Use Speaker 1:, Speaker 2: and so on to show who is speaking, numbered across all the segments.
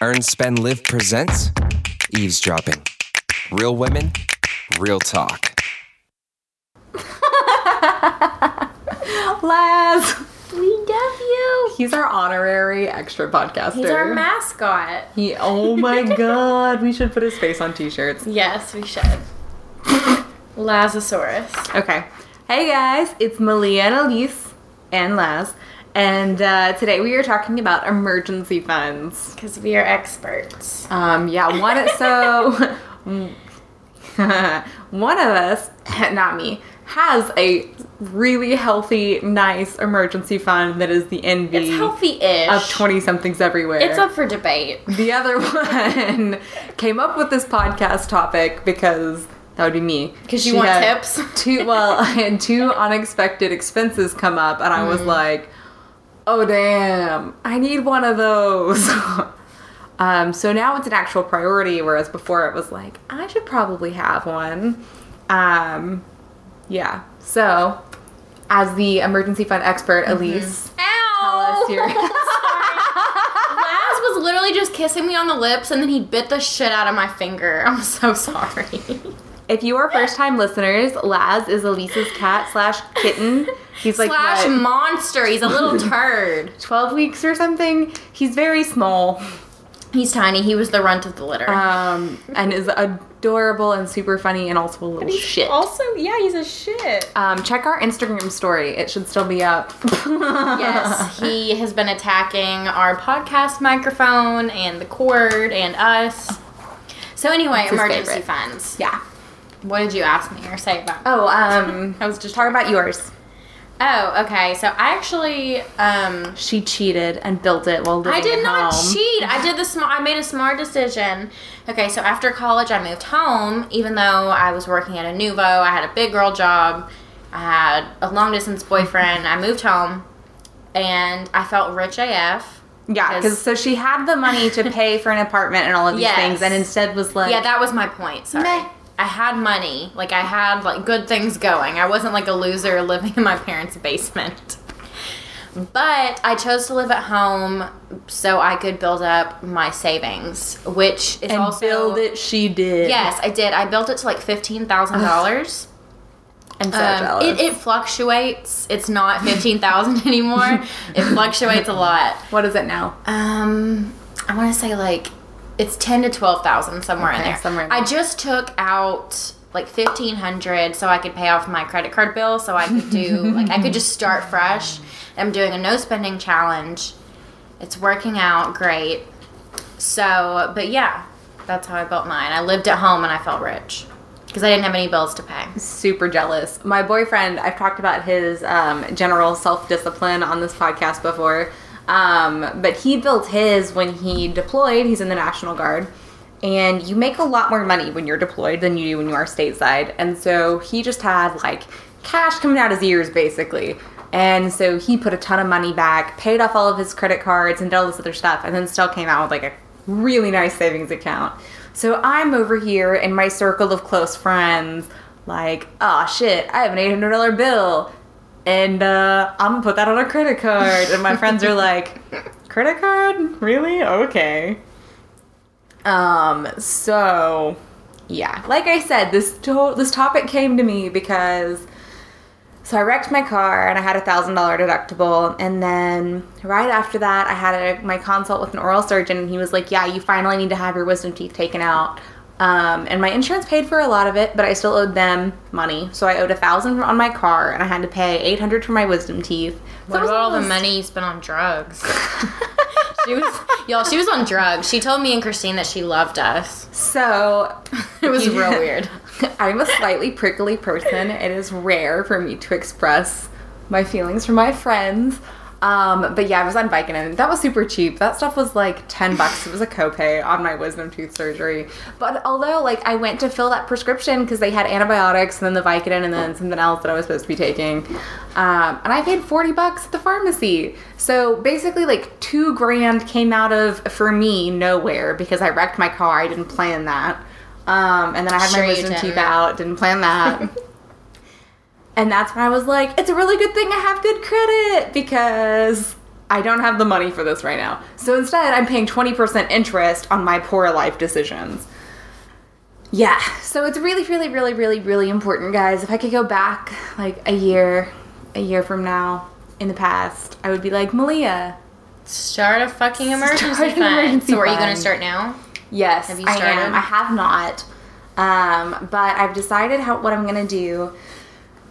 Speaker 1: Earn, Spend, Live presents Eavesdropping. Real women, real talk.
Speaker 2: Laz.
Speaker 3: We love you.
Speaker 2: He's our honorary extra podcaster.
Speaker 3: He's our mascot.
Speaker 2: He, oh my god, we should put his face on t shirts.
Speaker 3: Yes, we should. Lazosaurus.
Speaker 2: Okay. Hey guys, it's Malia and Elise and Laz. And uh, today we are talking about emergency funds.
Speaker 3: Because we are experts.
Speaker 2: Um, yeah, one so one of us, not me, has a really healthy, nice emergency fund that is the envy
Speaker 3: It's healthy ish.
Speaker 2: of twenty somethings everywhere.
Speaker 3: It's up for debate.
Speaker 2: the other one came up with this podcast topic because that would be me.
Speaker 3: 'Cause
Speaker 2: She
Speaker 3: you want
Speaker 2: had
Speaker 3: tips?
Speaker 2: Two well, I had two unexpected expenses come up, and I
Speaker 3: Mm.
Speaker 2: was like, "Oh damn, I need one of those." um, so now it's an actual priority, whereas before it was like, "I should probably have one." Um, yeah. So, as the emergency fund expert,
Speaker 3: Mm-hmm.
Speaker 2: Elise, tell
Speaker 3: Ow!
Speaker 2: us your.
Speaker 3: Laz was literally just kissing me on the lips and then he bit the shit out of my finger. I'm so sorry.
Speaker 2: If you are first time listeners, Laz is Elise's cat slash kitten. He's like
Speaker 3: Slash
Speaker 2: what,
Speaker 3: monster. He's a little turd.
Speaker 2: 12 weeks or something. He's very small
Speaker 3: He's tiny. He was the runt of the litter.
Speaker 2: um, and is adorable and super funny and also a little shit.
Speaker 3: Also, yeah, he's a shit.
Speaker 2: Um, check our Instagram story. It should still be up.
Speaker 3: yes, he has been attacking our podcast microphone and the cord and us. So anyway,
Speaker 2: his
Speaker 3: emergency
Speaker 2: favorite.
Speaker 3: funds.
Speaker 2: Yeah.
Speaker 3: What did you ask me or say about?
Speaker 2: Oh, um,
Speaker 3: I was just
Speaker 2: talk about yours.
Speaker 3: Oh, okay. So I actually, um,
Speaker 2: She cheated and built it while living
Speaker 3: I did
Speaker 2: at
Speaker 3: not
Speaker 2: home.
Speaker 3: cheat. I did the smart. I made a smart decision. Okay, so after college, I moved home. Even though I was working at a Nuvo, I had a big girl job. I had a long distance boyfriend. I moved home, and I felt rich AF.
Speaker 2: Yeah, because
Speaker 3: 'Cause-
Speaker 2: so she had the money to pay for an apartment and all of these
Speaker 3: Yes.
Speaker 2: things, and instead was like,
Speaker 3: Yeah, that was my point. Sorry.
Speaker 2: Meh.
Speaker 3: I had money. Like I had like good things going. I wasn't like a loser living in my parents' basement. But I chose to live at home so I could build up my savings, which is
Speaker 2: and
Speaker 3: also
Speaker 2: build it. She did.
Speaker 3: Yes, I did. I built it to like fifteen thousand dollars.
Speaker 2: I'm so
Speaker 3: Um,
Speaker 2: jealous.
Speaker 3: it, it fluctuates. It's not fifteen thousand anymore. it fluctuates a lot.
Speaker 2: What is it now?
Speaker 3: Um, I want to say like it's ten to twelve thousand somewhere in
Speaker 2: Okay,
Speaker 3: there.
Speaker 2: somewhere in
Speaker 3: I
Speaker 2: there.
Speaker 3: just took out like fifteen hundred so I could pay off my credit card bill, so I could do like I could just start fresh. I'm doing a no spending challenge. It's working out great. So, but yeah, that's how I built mine. I lived at home and I felt rich because I didn't have any bills to pay.
Speaker 2: Super jealous. My boyfriend, I've talked about his um, general self discipline on this podcast before, um, but he built his when he deployed. He's in the National Guard. And you make a lot more money when you're deployed than you do when you are stateside. And so he just had like cash coming out his ears basically. And so he put a ton of money back, paid off all of his credit cards, and did all this other stuff, and then still came out with like a really nice savings account. So I'm over here in my circle of close friends, like, oh shit, I have an eight hundred dollar bill, and uh, I'm gonna put that on a credit card. And my friends are like, credit card, really? Okay. Um. So, yeah, like I said, this to- this topic came to me because so I wrecked my car and I had a thousand dollar deductible. And then right after that, I had a, my consult with an oral surgeon, and he was like, "Yeah, you finally need to have your wisdom teeth taken out." Um, and my insurance paid for a lot of it, but I still owed them money. So I owed a thousand on my car, and I had to pay eight hundred for my wisdom teeth. So
Speaker 3: What
Speaker 2: it was
Speaker 3: about all the
Speaker 2: almost-
Speaker 3: money you spent on drugs? she was y'all. She was on drugs. She told me and Christine that she loved us.
Speaker 2: So
Speaker 3: It was real weird.
Speaker 2: I'm a slightly prickly person. It is rare for me to express my feelings for my friends. Um, but yeah, I was on Vicodin. and that was super cheap. That stuff was like 10 bucks. It was a copay on my wisdom tooth surgery. But although like I went to fill that prescription because they had antibiotics and then the Vicodin and then something else that I was supposed to be taking. Um, and I paid 40 bucks at the pharmacy. So basically like two grand came out of, for me, nowhere because I wrecked my car. I didn't plan that. Um, and then I had
Speaker 3: Sure
Speaker 2: my
Speaker 3: you
Speaker 2: wisdom teeth
Speaker 3: didn't.
Speaker 2: out, didn't plan that. and that's when I was like, it's a really good thing I have good credit because I don't have the money for this right now. So instead, I'm paying 20% interest on my poor life decisions. Yeah, so it's really, really, really, really, really important, guys. If I could go back like a year, a year from now in the past, I would be like, Malia,
Speaker 3: Start a fucking emergency
Speaker 2: Start an
Speaker 3: fund.
Speaker 2: emergency
Speaker 3: so are you going
Speaker 2: fund.
Speaker 3: to start now?
Speaker 2: Yes,
Speaker 3: Have you
Speaker 2: I am.
Speaker 3: started?
Speaker 2: I have not, um, but I've decided how what I'm gonna do.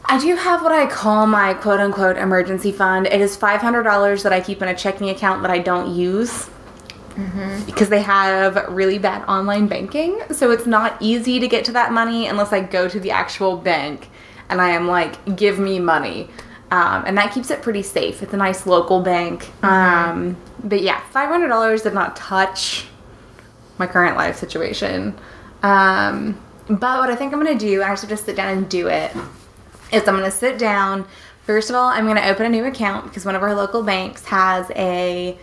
Speaker 2: I do have what I call my quote unquote emergency fund. It is five hundred dollars that I keep in a checking account that I don't use
Speaker 3: Mm-hmm.
Speaker 2: because they have really bad online banking. So it's not easy to get to that money unless I go to the actual bank and I am like, give me money. Um, and that keeps it pretty safe. It's a nice local bank.
Speaker 3: Mm-hmm.
Speaker 2: Um, but yeah, $500 did not touch my current life situation. Um, but what I think I'm gonna do, I just have to sit down and do it, is I'm gonna sit down. First of all, I'm gonna open a new account because one of our local banks has a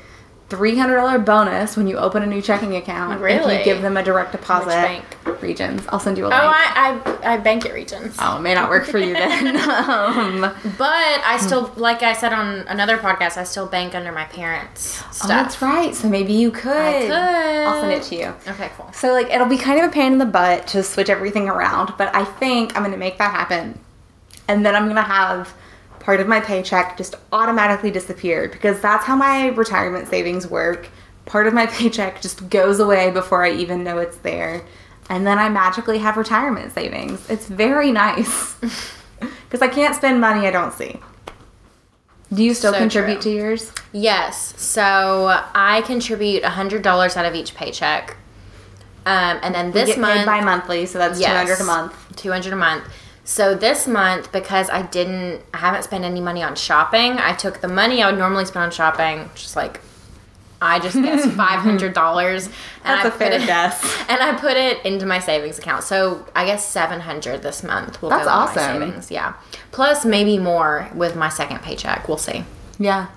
Speaker 2: $300 bonus when you open a new checking account. If
Speaker 3: Really?
Speaker 2: you give them a direct deposit.
Speaker 4: bank?
Speaker 2: Regions. I'll send you a
Speaker 4: Oh,
Speaker 2: link. Oh,
Speaker 4: I, I, I bank at Regions.
Speaker 2: it may not work for you then. um,
Speaker 3: Oh. But I still, like I said on another podcast, I still bank under my parents' stuff.
Speaker 2: oh, that's right. So maybe you could.
Speaker 3: could.
Speaker 2: I'll send it to you.
Speaker 3: Okay, cool.
Speaker 2: So like it'll be kind of a pain in the butt to switch everything around, but I think I'm gonna make that happen. And then I'm gonna have part of my paycheck just automatically disappear because that's how my retirement savings work. Part of my paycheck just goes away before I even know it's there. And then I magically have retirement savings. It's very nice. Because I can't spend money I don't see. Do you still
Speaker 3: So
Speaker 2: contribute
Speaker 3: true.
Speaker 2: to yours?
Speaker 3: Yes. So I contribute $100 out of each paycheck. Um, and then this
Speaker 2: Get paid
Speaker 3: month.
Speaker 2: bi monthly, so that's
Speaker 3: Yes.
Speaker 2: 200 a month.
Speaker 3: 200 a month. So this month, because I didn't, I haven't spent any money on shopping, I took the money I would normally spend on shopping, just like, I just guessed $500. and
Speaker 2: That's
Speaker 3: I
Speaker 2: a fair
Speaker 3: put it,
Speaker 2: guess.
Speaker 3: And I put it into my savings account. So I guess 700 this month will
Speaker 2: That's
Speaker 3: go into
Speaker 2: awesome.
Speaker 3: my savings. Yeah. Plus maybe more with my second paycheck. We'll see.
Speaker 2: Yeah.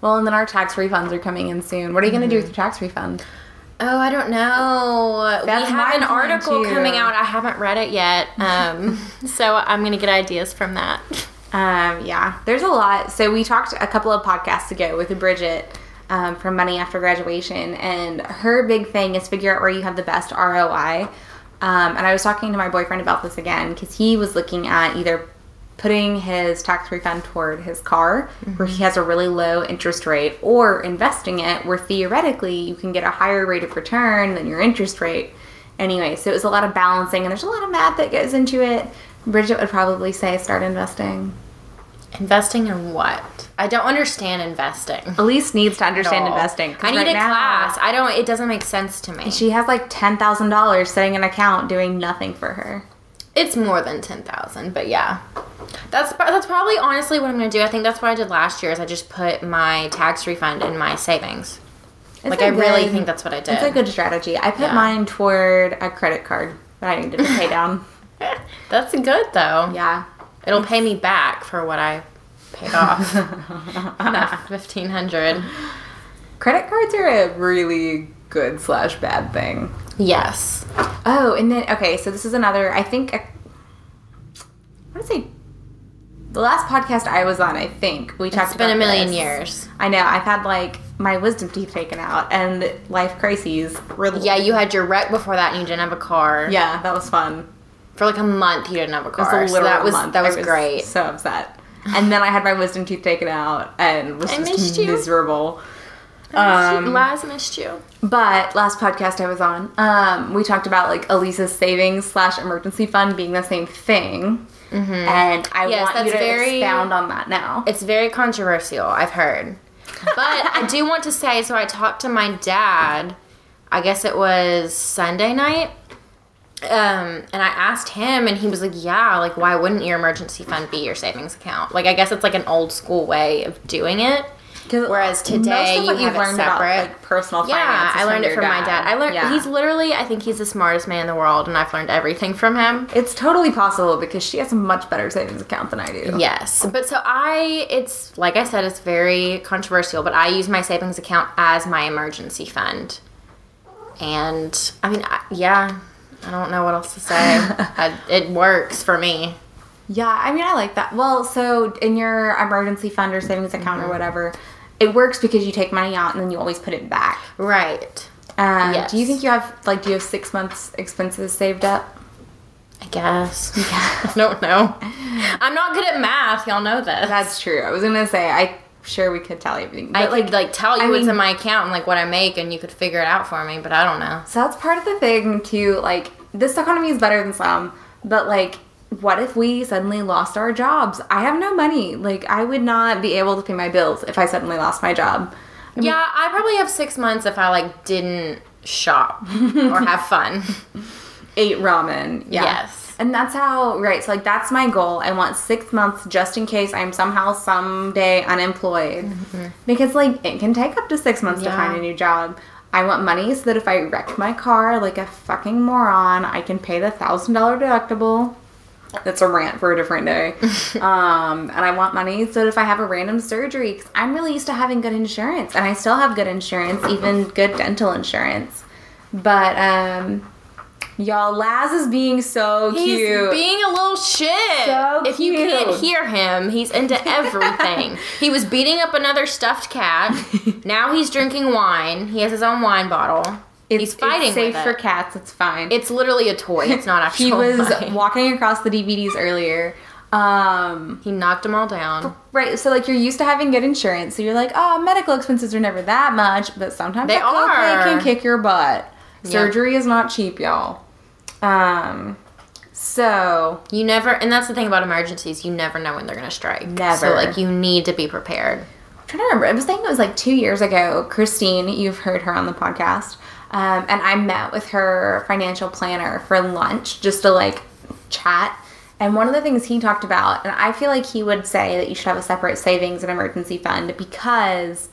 Speaker 2: Well, and then our tax refunds are coming in soon. What are you going to do with your tax refund?
Speaker 3: Oh, I don't know.
Speaker 2: That's
Speaker 3: we have
Speaker 2: my
Speaker 3: an
Speaker 2: plan,
Speaker 3: article
Speaker 2: too.
Speaker 3: coming out. I haven't read it yet. Um, so I'm going to get ideas from that.
Speaker 2: Um, yeah, there's a lot. So we talked a couple of podcasts ago with Bridget um, from Money After Graduation, and her big thing is figure out where you have the best ROI. Um, and I was talking to my boyfriend about this again because he was looking at either putting his tax refund toward his car, where he has a really low interest rate, or investing it, where theoretically you can get a higher rate of return than your interest rate. Anyway, so it was a lot of balancing, and there's a lot of math that goes into it. Bridget would probably say start investing.
Speaker 3: Investing in what? I don't understand investing.
Speaker 2: Elise needs to understand
Speaker 3: at all.
Speaker 2: investing. 'cause
Speaker 3: I need
Speaker 2: right
Speaker 3: a
Speaker 2: now,
Speaker 3: class. I don't. It doesn't make sense to me.
Speaker 2: She has like ten thousand dollars sitting in an account doing nothing for her.
Speaker 3: It's more than ten thousand, but yeah, that's pro- that's probably honestly what I'm gonna do. I think that's what I did last year. Is I just put my tax refund in my savings.
Speaker 2: It's
Speaker 3: like
Speaker 2: a
Speaker 3: I really
Speaker 2: good-
Speaker 3: think that's what I did.
Speaker 2: It's a good strategy. I put
Speaker 3: Yeah.
Speaker 2: mine toward a credit card that I needed to pay down.
Speaker 3: That's good though.
Speaker 2: yeah.
Speaker 3: It'll pay me back for what I paid off. that fifteen hundred.
Speaker 2: Credit cards are a really good slash bad thing.
Speaker 3: Yes.
Speaker 2: Oh, and then okay, so this is another. I think I, I want to say the last podcast I was on. I think we talked.
Speaker 3: It's been a
Speaker 2: about
Speaker 3: million
Speaker 2: this.
Speaker 3: years.
Speaker 2: I know. I've had like my wisdom teeth taken out and life crises. Really,
Speaker 3: Yeah, you had your wreck before that, and you didn't have a car.
Speaker 2: yeah, that was fun.
Speaker 3: For like a month, you didn't have a
Speaker 2: It was
Speaker 3: car.
Speaker 2: a
Speaker 3: so
Speaker 2: literal
Speaker 3: that was
Speaker 2: month.
Speaker 3: that
Speaker 2: I
Speaker 3: was, great.
Speaker 2: So upset. And then I had my wisdom tooth taken out and was
Speaker 3: I
Speaker 2: just
Speaker 3: missed you.
Speaker 2: miserable.
Speaker 3: Um,
Speaker 4: She- Laz missed you.
Speaker 2: But last podcast I was on, um, we talked about like Elisa's savings slash emergency fund being the same thing, and I
Speaker 3: Mm-hmm. Yes,
Speaker 2: want you to
Speaker 3: that's very-
Speaker 2: expound on that now.
Speaker 3: It's very controversial, I've heard. But I do want to say so I talked to my dad, I guess it was Sunday night. Um, and I asked him, and he was like, Yeah, like, why wouldn't your emergency fund be your savings account? Like, I guess it's like an old school way of doing it.
Speaker 2: 'Cause
Speaker 3: Whereas today,
Speaker 2: most of what
Speaker 3: you
Speaker 2: you've
Speaker 3: have it
Speaker 2: learned
Speaker 3: separate.
Speaker 2: about like personal
Speaker 3: Yeah,
Speaker 2: finance. is
Speaker 3: I learned it
Speaker 2: your
Speaker 3: from my dad. I learned,
Speaker 2: Yeah.
Speaker 3: he's literally, I think he's the smartest man in the world, and I've learned everything from him.
Speaker 2: It's totally possible because she has a much better savings account than I do.
Speaker 3: Yes, but so I, it's like I said, it's very controversial, but I use my savings account as my emergency fund. And I mean, I, yeah, I don't know what else to say. I, it works for me.
Speaker 2: Mm-hmm. Yeah, I mean, I like that. Well, so in your emergency fund or savings account or whatever, it works because you take money out and then you always put it back.
Speaker 3: Right.
Speaker 2: Um, Do you
Speaker 3: Yes.
Speaker 2: think you have like do you have six months expenses saved up?
Speaker 3: I guess. I don't know. I'm not good at math. Y'all know this.
Speaker 2: That's true. I was gonna say I sure we could tell everything, but
Speaker 3: I
Speaker 2: like
Speaker 3: like like tell you
Speaker 2: I
Speaker 3: what's
Speaker 2: mean-
Speaker 3: in my account and like what I make, and you could figure it out for me. But I don't know.
Speaker 2: So that's part of the thing too. Like this economy is better than some, but like, what if we suddenly lost our jobs? I have no money. Like I would not be able to pay my bills if I suddenly lost my job.
Speaker 3: Yeah, I probably have six months if I like didn't shop or have fun.
Speaker 2: Ate ramen. Yeah.
Speaker 3: Yes.
Speaker 2: And that's how right. So like that's my goal. I want six months just in case I'm somehow someday unemployed, because like it can take up to six months to
Speaker 3: Mm-hmm. Yeah.
Speaker 2: find a new job. I want money so that if I wreck my car like a fucking moron, I can pay the thousand dollar deductible. That's a rant for a different day. um, and I want money so that if I have a random surgery, because I'm really used to having good insurance, and I still have good insurance, even good dental insurance. But um, y'all, Laz is being so
Speaker 3: He's
Speaker 2: cute.
Speaker 3: being a little shit.
Speaker 2: So
Speaker 3: if you can't
Speaker 2: cute.
Speaker 3: hear him, he's into everything. he was beating up another stuffed cat. now he's drinking wine. He has his own wine bottle. he's fighting
Speaker 2: It's safe
Speaker 3: with
Speaker 2: for
Speaker 3: it.
Speaker 2: cats. It's fine.
Speaker 3: It's Oh literally a toy. It's not actually.
Speaker 2: he was
Speaker 3: wine.
Speaker 2: walking across the DVDs earlier. Um,
Speaker 3: He knocked them all down.
Speaker 2: right. So like you're used to having good insurance, so you're like, oh, medical expenses are never that much, but sometimes
Speaker 3: They
Speaker 2: that copay
Speaker 3: are.
Speaker 2: can kick your butt.
Speaker 3: Yeah.
Speaker 2: Surgery is not cheap, y'all. Um, so
Speaker 3: You never, and that's the thing about emergencies. You never know when they're gonna strike. So
Speaker 2: Never.
Speaker 3: like, you need to be prepared.
Speaker 2: trying to remember. I was thinking it was like two years ago. Christine, you've heard her on the podcast, um, and I met with her financial planner for lunch just to like chat. And one of the things he talked about, and I feel like he would say that you should have a separate savings and emergency fund because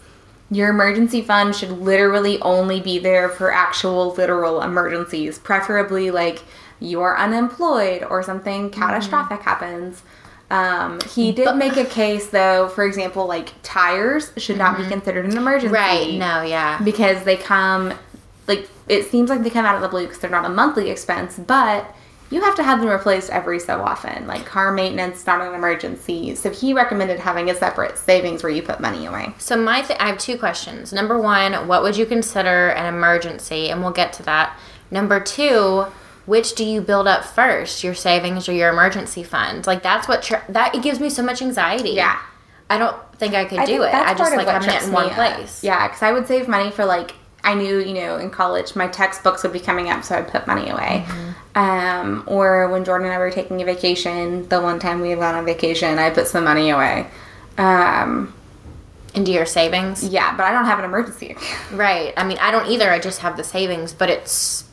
Speaker 2: your emergency fund should literally only be there for actual literal emergencies, preferably like you are unemployed or something
Speaker 3: Mm-hmm.
Speaker 2: catastrophic happens. Um, he
Speaker 3: Mm,
Speaker 2: did make a case though, for example, like tires should not be considered an emergency.
Speaker 3: Mm-hmm. Right. No. Yeah.
Speaker 2: Because they come, like, it seems like they come out of the blue because they're not a monthly expense, but you have to have them replaced every so often. Like, car maintenance, not an emergency. So he recommended having a separate savings where you put money away.
Speaker 3: So my, th- I have two questions. Number one, what would you consider an emergency? And we'll get to that. Number two, which do you build up first, your savings or your emergency fund? Like that's what tr- that it gives me so much anxiety.
Speaker 2: Yeah.
Speaker 3: I don't think I could
Speaker 2: I
Speaker 3: do
Speaker 2: think
Speaker 3: it.
Speaker 2: that's
Speaker 3: I just
Speaker 2: part of
Speaker 3: like
Speaker 2: what
Speaker 3: I'm not
Speaker 2: trips
Speaker 3: in
Speaker 2: me
Speaker 3: one
Speaker 2: up.
Speaker 3: place.
Speaker 2: Yeah, because I would save money for like I knew you know in college my textbooks would be coming up, so I'd put money away.
Speaker 3: Mm-hmm.
Speaker 2: Um, or when Jordan and I were taking a vacation, the one time we had gone on vacation, I put some money away. Um,
Speaker 3: Into your savings.
Speaker 2: yeah, but I don't have an emergency. account.
Speaker 3: Right. I mean, I don't either. I just have the savings, but it's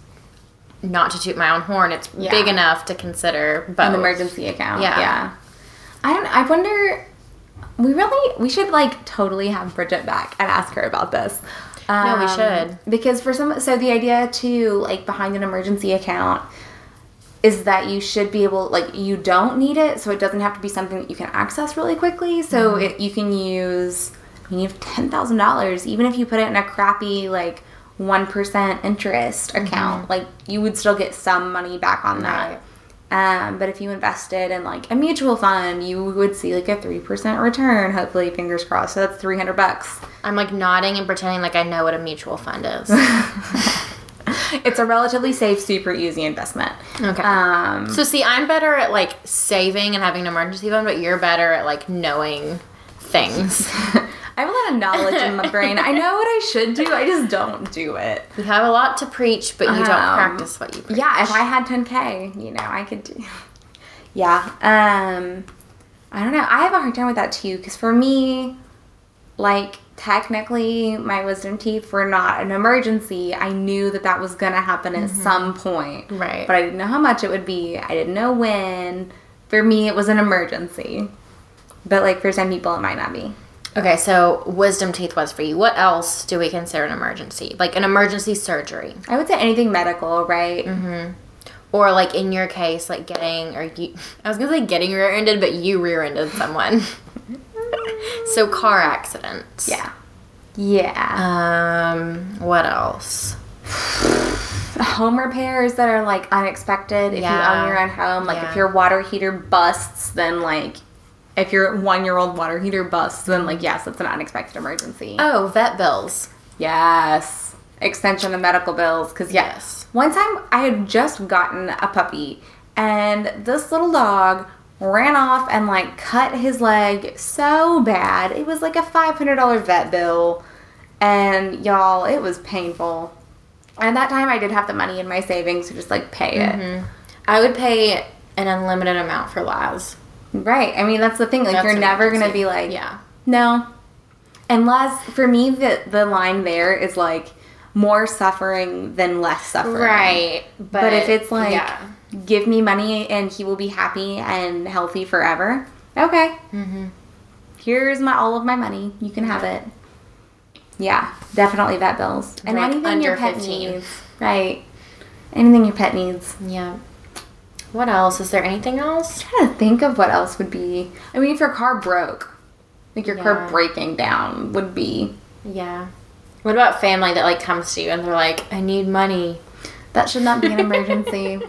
Speaker 3: not to toot my own horn. It's
Speaker 2: Yeah.
Speaker 3: big enough to consider. But
Speaker 2: an emergency account.
Speaker 3: Oh. Yeah.
Speaker 2: yeah. I don't. I wonder. We really we should like totally have Bridget back and ask her about this.
Speaker 3: No, we
Speaker 2: Um,
Speaker 3: should.
Speaker 2: because for some so the idea too like behind an emergency account is that you should be able like you don't need it so it doesn't have to be something that you can access really quickly so it, you can use I mean you have ten thousand dollars even if you put it in a crappy like one percent interest account like you would still get some money back on that. Um, but if you invested in like a mutual fund, you would see like a three percent return. Hopefully, fingers crossed. So that's three hundred bucks.
Speaker 3: I'm like nodding and pretending like I know what a mutual fund is.
Speaker 2: It's a relatively safe, super easy investment.
Speaker 3: Okay.
Speaker 2: Um,
Speaker 3: so see, I'm better at like saving and having an emergency fund, but you're better at like knowing things.
Speaker 2: I have a lot of knowledge in my brain. I know what I should do. I just don't do it.
Speaker 3: you have a lot to preach, but you don't
Speaker 2: Um,
Speaker 3: practice what you preach.
Speaker 2: Yeah, if I had 10k, you know, I could do. Yeah. Um I don't know. I have a hard time with that too cuz for me like technically my wisdom teeth were not an emergency. I knew that that was going to happen at some point.
Speaker 3: Right.
Speaker 2: But I didn't know how much it would be. I didn't know when. For me it was an emergency. But like for some people it might not be.
Speaker 3: Okay, so wisdom teeth was for you. What else do we consider an emergency? Like an emergency surgery,
Speaker 2: I would say anything medical, right?
Speaker 3: or like in your case, like getting or you. I was gonna say getting rear-ended, but you rear-ended someone. so car accidents.
Speaker 2: Yeah. Yeah.
Speaker 3: Um. What else?
Speaker 2: home repairs that are like unexpected if you
Speaker 3: Yeah.
Speaker 2: own your own home like
Speaker 3: Yeah.
Speaker 2: if your water heater busts then like if your one year old water heater busts, then like yes, it's an unexpected emergency.
Speaker 3: Oh, vet bills.
Speaker 2: Yes. Extension of medical bills. Because, yes.
Speaker 3: Yes.
Speaker 2: One time I had just gotten a puppy, and this little dog ran off and like cut his leg so bad. It was like a $500 vet bill. And y'all, it was painful. And that time I did have the money in my savings to just like pay it.
Speaker 3: Mm-hmm. I would pay an unlimited amount for Laz.
Speaker 2: Right. I mean, that's the thing. Like,
Speaker 3: That's
Speaker 2: you're
Speaker 3: an
Speaker 2: never going to
Speaker 3: emergency.
Speaker 2: be like,
Speaker 3: Yeah.
Speaker 2: No. Unless for me the the line there is like more suffering than less suffering.
Speaker 3: Right. But,
Speaker 2: But, if it's like
Speaker 3: yeah.
Speaker 2: give me money and he will be happy and healthy forever. Okay. Mhm.
Speaker 3: Mm-hmm.
Speaker 2: Here's my all of my money. You can have it. Yeah, definitely vet bills and
Speaker 3: Like
Speaker 2: anything
Speaker 3: under
Speaker 2: your pet
Speaker 3: 15.
Speaker 2: needs. Right. Anything your pet needs.
Speaker 3: Yeah. What else? Is there anything else?
Speaker 2: trying to think of what else would be. I mean, if your car broke, like your car
Speaker 3: Yeah.
Speaker 2: breaking down would be
Speaker 3: Yeah. What about family that like comes to you and they're like, I need money?
Speaker 2: That should not be an emergency.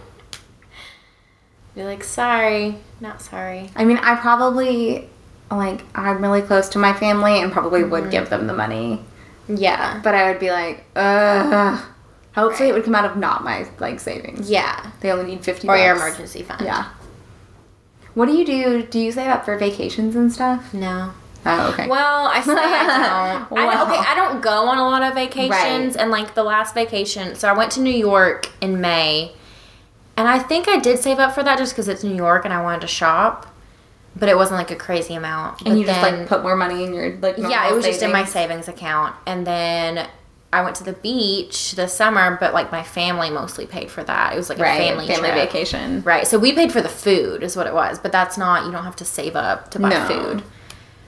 Speaker 3: You're like, sorry, not sorry.
Speaker 2: I mean, I probably like I'm really close to my family and probably
Speaker 3: Mm-hmm.
Speaker 2: would give them the money,
Speaker 3: Yeah.
Speaker 2: but I would be like, ugh. Hopefully, it would come out of not my like savings.
Speaker 3: Yeah.
Speaker 2: They only need fifty.
Speaker 3: Or your
Speaker 2: bucks.
Speaker 3: emergency fund.
Speaker 2: Yeah. What do you do? Do you save up for vacations and stuff?
Speaker 3: No.
Speaker 2: Oh, okay.
Speaker 3: Well, I say I don't. I,
Speaker 2: Wow.
Speaker 3: okay, I don't go on a lot of vacations, and like the last vacation, so I went to New York in May, and I think I did save up for that just because it's New York and I wanted to shop, but it wasn't like a crazy amount.
Speaker 2: and
Speaker 3: But
Speaker 2: you just
Speaker 3: then-
Speaker 2: like put more money in your like.
Speaker 3: yeah, it
Speaker 2: normal
Speaker 3: was just in my
Speaker 2: savings?
Speaker 3: savings account, and then I went to the beach this summer, but like my family mostly paid for that. It was like
Speaker 2: right
Speaker 3: a family
Speaker 2: family
Speaker 3: trip.
Speaker 2: vacation.
Speaker 3: Right. So we paid for the food is what it was, but that's not you don't have to save up to buy
Speaker 2: No.
Speaker 3: food.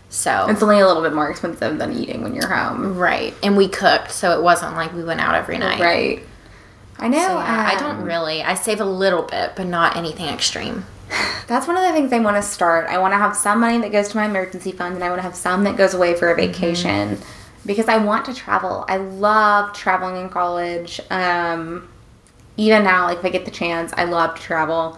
Speaker 3: So
Speaker 2: It's only a little bit more expensive than eating when you're home.
Speaker 3: right. And we cooked, so it wasn't like we went out every night.
Speaker 2: Right. I know.
Speaker 3: So, yeah, I
Speaker 2: um,
Speaker 3: don't really. I save a little bit, but not anything extreme.
Speaker 2: That's one of the things I want to start. I want to have some money that goes to my emergency fund, and I want to have some that goes away for a
Speaker 3: Mm-hmm.
Speaker 2: vacation because I want to travel. I love traveling in college. Um, even now, like if I get the chance, I love to travel,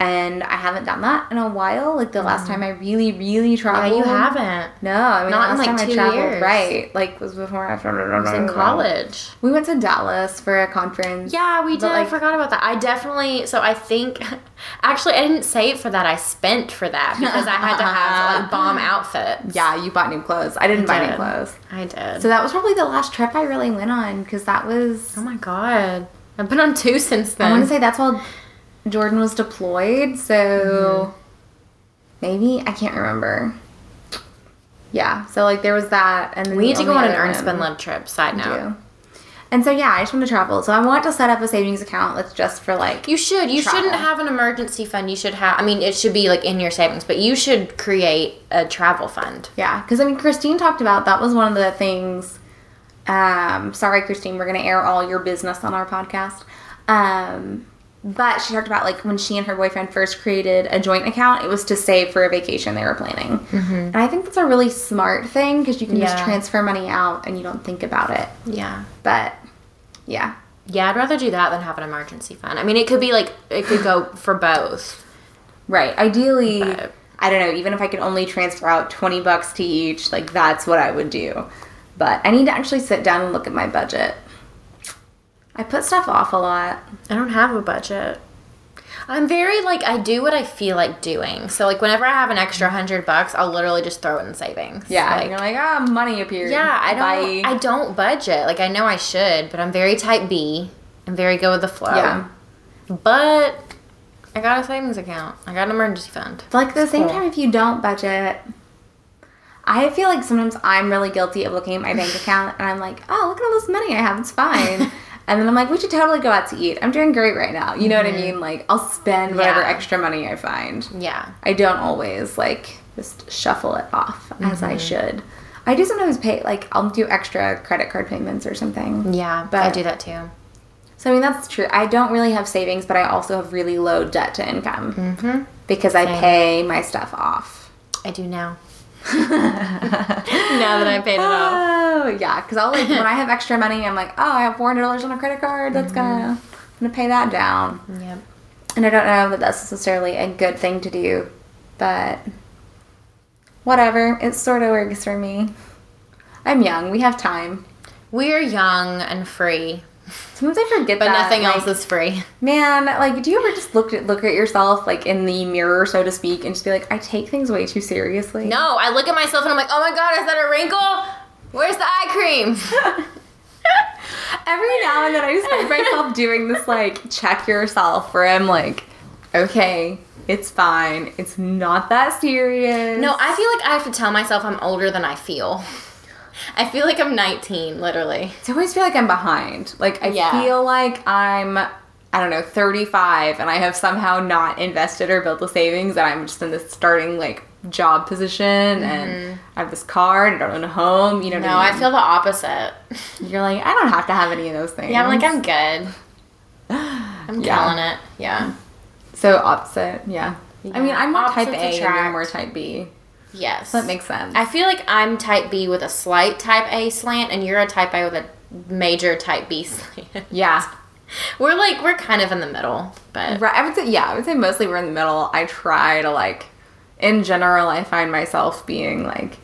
Speaker 2: and I haven't done that in a while. Like the last time I really, really
Speaker 3: Mm-hmm. Yeah,
Speaker 2: traveled.
Speaker 3: you haven't.
Speaker 2: No, I mean,
Speaker 3: Not
Speaker 2: the last
Speaker 3: in, like,
Speaker 2: time
Speaker 3: two
Speaker 2: I traveled,
Speaker 3: years.
Speaker 2: right? Like was before I was
Speaker 3: In college.
Speaker 2: We went to Dallas for a conference.
Speaker 3: Yeah, we did. I
Speaker 2: like-
Speaker 3: forgot about that. I definitely. So I think, actually, I didn't save for that. I spent for that because I had to have like bomb outfits.
Speaker 2: Yeah, you bought new clothes. I didn't buy
Speaker 3: I
Speaker 2: new
Speaker 3: did.
Speaker 2: clothes.
Speaker 3: I did.
Speaker 2: So that was probably the last trip I really went on because that was.
Speaker 3: oh my god, I've been on two since
Speaker 2: I
Speaker 3: then.
Speaker 2: want to say that's while Jordan was deployed.
Speaker 3: Mm-hmm.
Speaker 2: So maybe I can't remember. Yeah. So like there was that, and then
Speaker 3: we
Speaker 2: the
Speaker 3: need to go
Speaker 2: only
Speaker 3: on an
Speaker 2: other
Speaker 3: earn
Speaker 2: one-
Speaker 3: spend love trip. Side note.
Speaker 2: do. And so yeah, I just want to travel. So I want to set up a savings account that's just for like
Speaker 3: You should. You
Speaker 2: Travel.
Speaker 3: shouldn't have an emergency fund. You should have. I mean, it should be like in your savings, but you should create a travel fund.
Speaker 2: Yeah, because I mean, Christine talked about that was one of the things. Um, sorry, Christine, we're gonna air all your business on our podcast. Um, but she talked about like when she and her boyfriend first created a joint account, it was to save for a vacation they were planning, and I think that's a really smart thing because you can just
Speaker 3: Yeah.
Speaker 2: transfer money out and you don't think about it.
Speaker 3: Yeah.
Speaker 2: But yeah,
Speaker 3: Yeah, I'd rather do that than have an emergency fund. I mean, it could be like it could go for both.
Speaker 2: right. Ideally,
Speaker 3: But-
Speaker 2: I don't know. Even if I could only transfer out twenty bucks to each, like that's what I would do. But I need to actually sit down and look at my budget. I put stuff off a lot.
Speaker 3: I don't have a budget. I'm very like I do what I feel like doing. So like whenever I have an extra hundred bucks, I'll literally just throw it in savings.
Speaker 2: Yeah,
Speaker 3: Like,
Speaker 2: you're like, ah, money appeared.
Speaker 3: yeah, I don't
Speaker 2: Bye.
Speaker 3: I don't budget. Like I know I should, but I'm very type B. I'm very go with the flow.
Speaker 2: yeah.
Speaker 3: But I got a savings account. I got an emergency fund.
Speaker 2: But like at the same
Speaker 3: Cool.
Speaker 2: time, if you don't budget, I feel like sometimes I'm really guilty of looking at my bank account and I'm like, oh, look at all this money I have. It's fine. and then I'm like, we should totally go out to eat. I'm doing great right now. You know what I mean? Like, I'll spend whatever
Speaker 3: Yeah.
Speaker 2: extra money I find.
Speaker 3: Yeah.
Speaker 2: I don't always like just shuffle it off as I should. I do sometimes pay like I'll do extra credit card payments or something.
Speaker 3: Yeah. But
Speaker 2: But-
Speaker 3: I do that too.
Speaker 2: So I mean that's true. I don't really have savings, but I also have really low debt to income because I pay my stuff off.
Speaker 3: I do now. now that I paid it off.
Speaker 2: Oh yeah, because I'll like when I have extra money, I'm like, oh, I have four hundred dollars on a credit card. That's gonna I'm gonna pay that down.
Speaker 3: Yep.
Speaker 2: And I don't know that that's necessarily a good thing to do, but whatever. It sort of works for me. I'm young. We have time.
Speaker 3: We're young and free,
Speaker 2: Sometimes I forget
Speaker 3: but
Speaker 2: that.
Speaker 3: nothing
Speaker 2: like,
Speaker 3: else is free.
Speaker 2: Man, like, do you ever just look at look at yourself like in the mirror, so to speak, and just be like, I take things way too seriously.
Speaker 3: No, I look at myself and I'm like, oh my god, is that a wrinkle? Where's the eye cream?
Speaker 2: Every now and then, I just find myself doing this like check yourself, where I'm like, okay, it's fine. It's not that serious.
Speaker 3: No, I feel like I have to tell myself I'm older than I feel. I feel like I'm 19, literally.
Speaker 2: I always feel like I'm behind. Like I
Speaker 3: Yeah.
Speaker 2: feel like I'm I don't know, 35 and I have somehow not invested or built the savings and I'm just in this starting like job position and I have this car and I don't own a home, you know what
Speaker 3: Mm-hmm. No,
Speaker 2: I
Speaker 3: I
Speaker 2: mean?
Speaker 3: feel the opposite.
Speaker 2: You're like, I don't have to have any of those things.
Speaker 3: Yeah, I'm like, I'm good. I'm
Speaker 2: Yeah.
Speaker 3: killing it. Yeah.
Speaker 2: so opposite, yeah. I mean, I'm more type A
Speaker 3: Opposites
Speaker 2: and
Speaker 3: attract.
Speaker 2: you're more type B.
Speaker 3: Yes.
Speaker 2: So that makes sense.
Speaker 3: I feel like I'm type B with a slight type A slant, and you're a type A with a major type B slant.
Speaker 2: yeah.
Speaker 3: We're like, we're kind of in the middle, but
Speaker 2: Right. I would say yeah, I would say mostly we're in the middle. I try to like in general I find myself being like